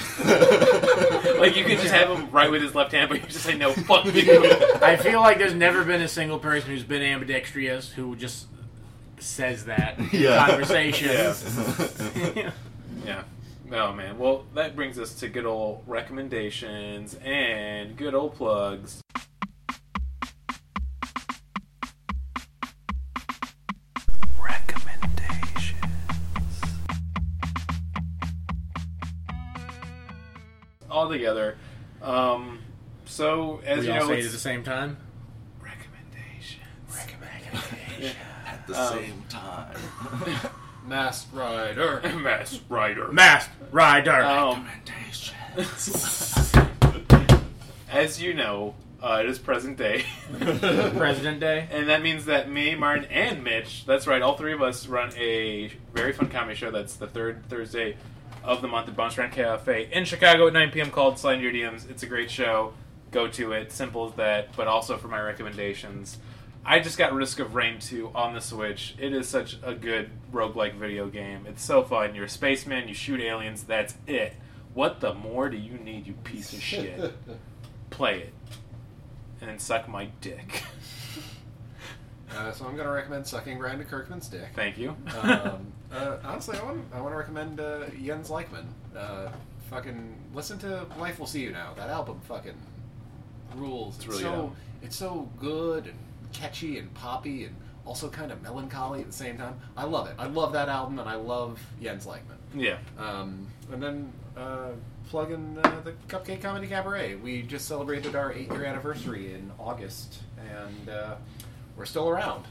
D: Like you could just have him right with his left hand, but you just say no, fuck you.
C: I feel like there's never been a single person who's been ambidextrous who just says that in
F: Yeah.
C: conversations.
D: Yeah. Oh man. Well, that brings us to good old recommendations and good old plugs. Recommendations. All together. Um, so as
C: We
D: you
C: all
D: know,
C: say it at
D: it's-
C: the same time.
D: *laughs* recommendations.
F: At the same time,
E: Masked Rider.
D: Mass writer.
C: Masked Rider.
D: Um, as you know, uh, it is present day. *laughs*
C: President *laughs*
F: *laughs*
C: Day.
D: And that means that me, Martin, and Mitch, that's right, all three of us run a very fun comedy show that's the third Thursday of the month at Bounce Around Cafe in Chicago at 9 p.m. called Slide in Your DMs. It's a great show. Go to it. Simple as that, but also for my recommendations. I just got Risk of Rain 2 on the Switch. It is such a good roguelike video game. It's so fun. You're a spaceman, you shoot aliens, that's it. What the more do you need, you piece of shit? Play it. And then suck my dick.
E: *laughs*
D: *laughs*
E: Uh, so I'm going to recommend sucking Brian Kirkman's dick.
D: Thank you.
E: um, *laughs* uh, honestly, I want I want to recommend uh, Jens Lykman. Uh, fucking listen to Life Will See You Now. That album fucking rules. It's,
D: really
E: so
D: good album.
E: it's so good and catchy and poppy and also kind of melancholy at the same time. I love it. I love that album, and I love Jens Lagman.
D: Yeah.
E: Um, and then uh, plug in uh, the Cupcake Comedy Cabaret. We just celebrated our eight year anniversary in August, and uh, we're still around.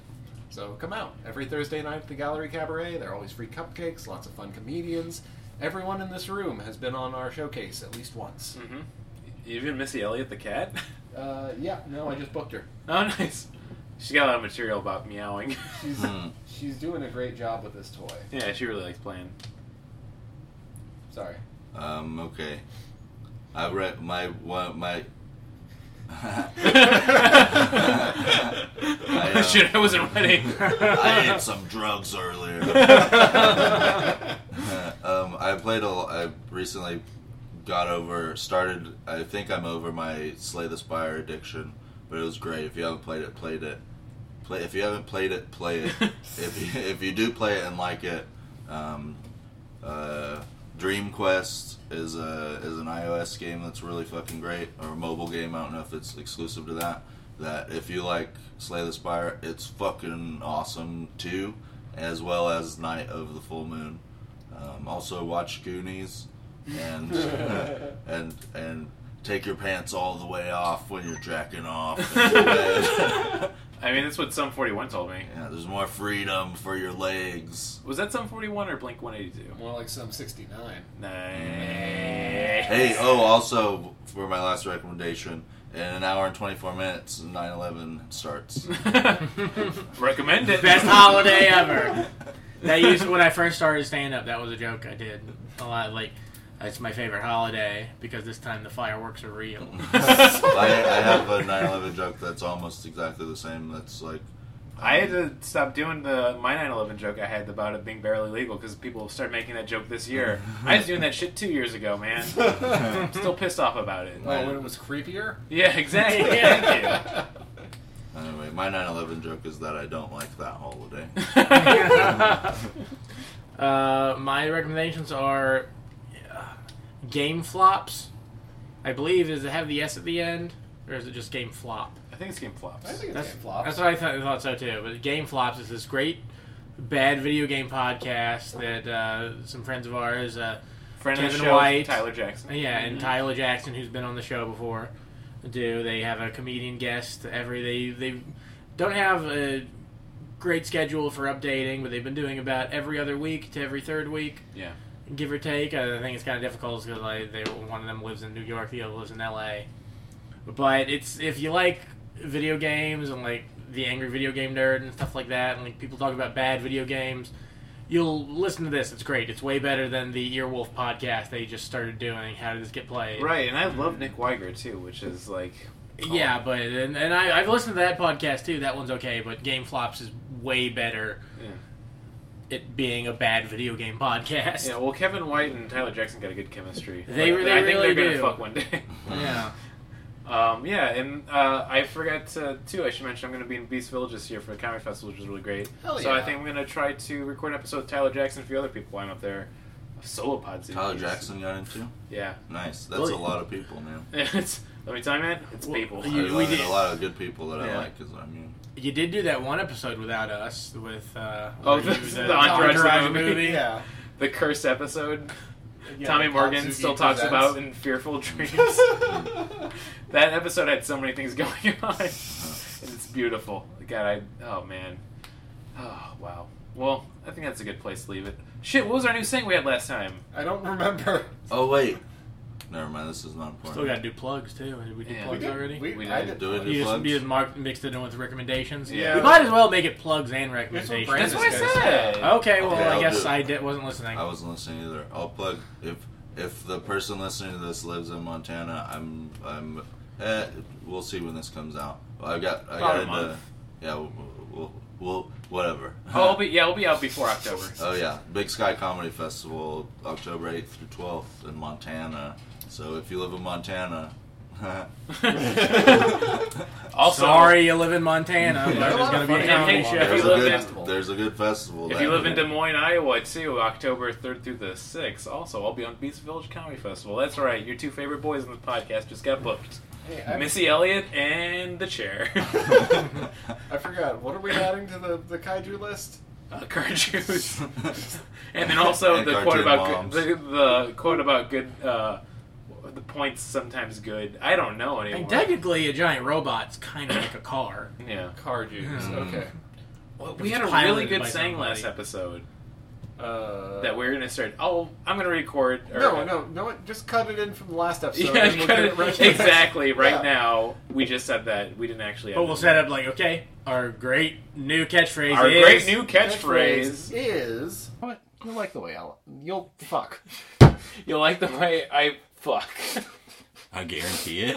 E: So come out every Thursday night at the Gallery Cabaret. There are always free cupcakes, lots of fun comedians. Everyone in this room has been on our showcase at least once.
D: Mm-hmm. Even Missy Elliott the cat?
E: Uh, yeah, no, I just booked her.
D: Oh, nice. She's got a lot of material about meowing.
E: She's
F: Hmm.
E: she's doing a great job with this toy.
D: *laughs* yeah, she really likes playing.
E: Sorry.
F: Um, okay. I read my one my. um, I, uh,
D: Shit, I wasn't ready.
F: I ate some drugs earlier. *laughs* um, I played a. I recently got over, started. I think I'm over my Slay the Spire addiction, but it was great. If you haven't played it, played it. Play if you haven't played it, play it. if you, if you do play it and like it, um, uh, Dream Quest is a is an iOS game that's really fucking great, or a mobile game. I don't know if it's exclusive to that. That if you like Slay the Spire, it's fucking awesome too, as well as Night of the Full Moon. Um, also watch Goonies, and *laughs* and and take your pants all the way off when you're jacking off. *laughs*
D: I mean, that's what Sum 41 told me.
F: yeah, there's more freedom for your legs.
D: Was that Sum 41 or Blink 182?
E: More like some 69.
D: Nice.
F: Hey, oh, also for my last recommendation, in an hour and 24 minutes, 9/11
C: *laughs*
F: starts.
D: Recommend it.
C: Best holiday ever. That used when I first started stand up. That was a joke I did a lot. Like it's my favorite holiday because this time the fireworks are real. *laughs*
F: I, I have a 9/11 joke that's almost exactly the same. That's like um,
D: I had to stop doing the my 9/11 joke I had about it being barely legal because people started making that joke this year. I was doing that shit two years ago,
F: *laughs*
D: man. I'm still pissed off about it.
E: Oh, when it was creepier?
D: Yeah, exactly. *laughs* Thank
F: anyway, my 9/11 joke is that I don't like that holiday.
C: Uh, my recommendations are uh, game flops. I believe is it have the s at the end or is it just game flop?
D: you. I think it's game
E: I
D: flops.
E: think it's
C: That's
E: game flops.
C: That's what I thought, I thought so too. But Game Flops is this great bad video game podcast that uh, some friends of ours, uh,
D: Friend of the
C: Kevin
D: show,
C: White.
D: Tyler Jackson.
C: yeah, and Tyler Jackson, who's been on the show before, do. They have a comedian guest every. They they don't have a great schedule for updating, but they've been doing about every other week to every third week
D: Yeah.
C: give or take. I think it's kind of difficult because like they, one of them lives in New York, the other lives in L.A. But it's if you like video games and like the angry video game nerd and stuff like that, and like people talk about bad video games, you'll listen to this. It's great. It's way better than the Earwolf podcast they just started doing. How did this get played?
D: Right, and I love Nick Weiger too, which is like
C: Yeah, but and, and I, I've listened to that podcast too. That one's okay, but Game Flops is way better.
D: Yeah.
C: It being a bad video game podcast.
D: oh, Yeah, well, Kevin White and Tyler Jackson got a good chemistry.
C: They-
D: Like,
C: they
D: I think
C: really
D: they're
C: do.
D: gonna fuck one day.
C: *laughs*
D: *laughs*
C: yeah.
D: Um, yeah, and uh, I forgot to, too. I should mention I'm going to be in Beast Village this year for the Comic Festival, which is really great.
E: Hell
D: So I
E: yeah.
D: think I'm going to try to record an episode with Tyler Jackson and a few other people I'm up there. Solo pod series.
F: Tyler Jackson got into
D: Yeah, *laughs*
F: nice. That's
C: Really?
F: a lot of people, man.
D: it's let me tell you, man, it's
C: Well,
D: people.
C: you-
F: I
C: we
F: learned
C: did-
F: a lot of good people that
D: Yeah.
F: I like. Cause I mean,
C: You did do that one episode without us with uh,
D: Oh,
C: where you-
D: the- the Entourage movie.
E: Yeah.
D: The curse episode.
E: Yeah,
D: Tommy
E: the
D: Morgan
E: Katsuki
D: still talks
E: presents.
D: about
C: *laughs*
D: in Fearful Dreams. that episode had so many things *laughs* going on. and it's beautiful. God, I oh man, oh wow. Well, I think that's a good place to leave it. Shit, what was our new saying we had last time?
E: *laughs* I don't remember.
F: oh wait, never mind. This is not important.
C: Still got to do plugs too. Did we do
D: Yeah.
C: plugs
D: We did.
C: already?
E: We,
D: We
E: I
D: did.
E: did.
F: Do it.
C: you just,
F: plugs?
C: you just marked, mixed it in with recommendations.
E: Yeah.
C: You might as well make it plugs and
E: That's what
C: recommendations.
E: Brandon
D: That's what I
E: This guy's-
D: said.
C: Okay, well
F: Okay,
C: I
F: I'll
C: guess
F: do it.
C: I did, wasn't listening.
F: I wasn't listening either. I'll plug if if the person listening to this lives in Montana, I'm I'm eh, we'll see when this comes out. I got I
D: About
F: got
D: a
F: into
D: month.
F: yeah we'll, we'll, we'll whatever.
D: *laughs* Oh, I'll be, yeah, I'll be out before October.
F: *laughs* Oh yeah, Big Sky Comedy Festival, October eighth through twelfth in Montana. So if you live in Montana, *laughs*
D: Also,
C: Sorry, you live in Montana. but
E: There's a
C: there's
E: lot
C: going
E: of
C: to be a
E: fun
C: comedy
D: things.
C: show.
D: If
F: there's a
D: you live
F: good
E: in-
F: there's a good festival.
D: If
F: that
D: you live in
F: weekend.
D: Des Moines, Iowa, too, October 3rd through the 6th, also, I'll be on Beast Village Comedy Festival. That's right, your two favorite boys in the podcast just got booked.
E: Hey, I,
D: Missy Elliott and the chair. *laughs*
E: I forgot. What are we adding to the, the kaiju list?
D: uh, cartoons.
F: *laughs*
D: and then also
F: And
D: the quote
F: cartoon
D: about
F: moms.
D: good, the, the quote about good. Uh, the points sometimes good. I don't know
C: I
D: anymore.
C: mean, technically, a giant robot's kind of like a car.
D: yeah.
E: Carju's. *laughs* Okay.
D: We had a
C: It's
D: really
C: piloted
D: good
C: by
D: saying
C: somebody.
D: last episode
E: Uh,
D: Mm. that we're gonna start. Oh, I'm gonna record. Or,
E: No, no, no. what- Just cut it in from the last episode.
D: *laughs* yeah,
E: and we'll get it
D: *laughs*
E: right-
D: exactly. Right
E: Yeah.
D: now, we just said that we didn't actually.
C: But we'll set up like, okay, our great new catchphrase
D: our
C: is
D: great new
E: Catchphrase
D: catchphrase.
E: is. What? You'll like the way I'll. You'll fuck.
D: You like the way I fuck?
I: I guarantee
D: *laughs*
I: it.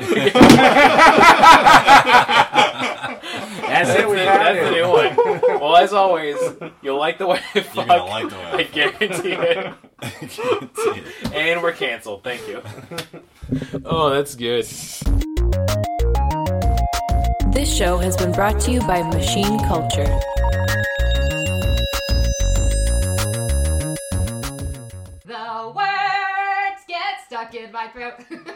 D: That's it. That's the new one. Well, as always, you'll like the way I *laughs* fuck.
I: You're gonna like the way I
D: I
I: fuck.
D: guarantee it.
I: I guarantee it.
D: And we're canceled. Thank you. oh, that's good.
J: This show has been brought to you by Machine Culture.
K: The words get stuck in my throat. *laughs*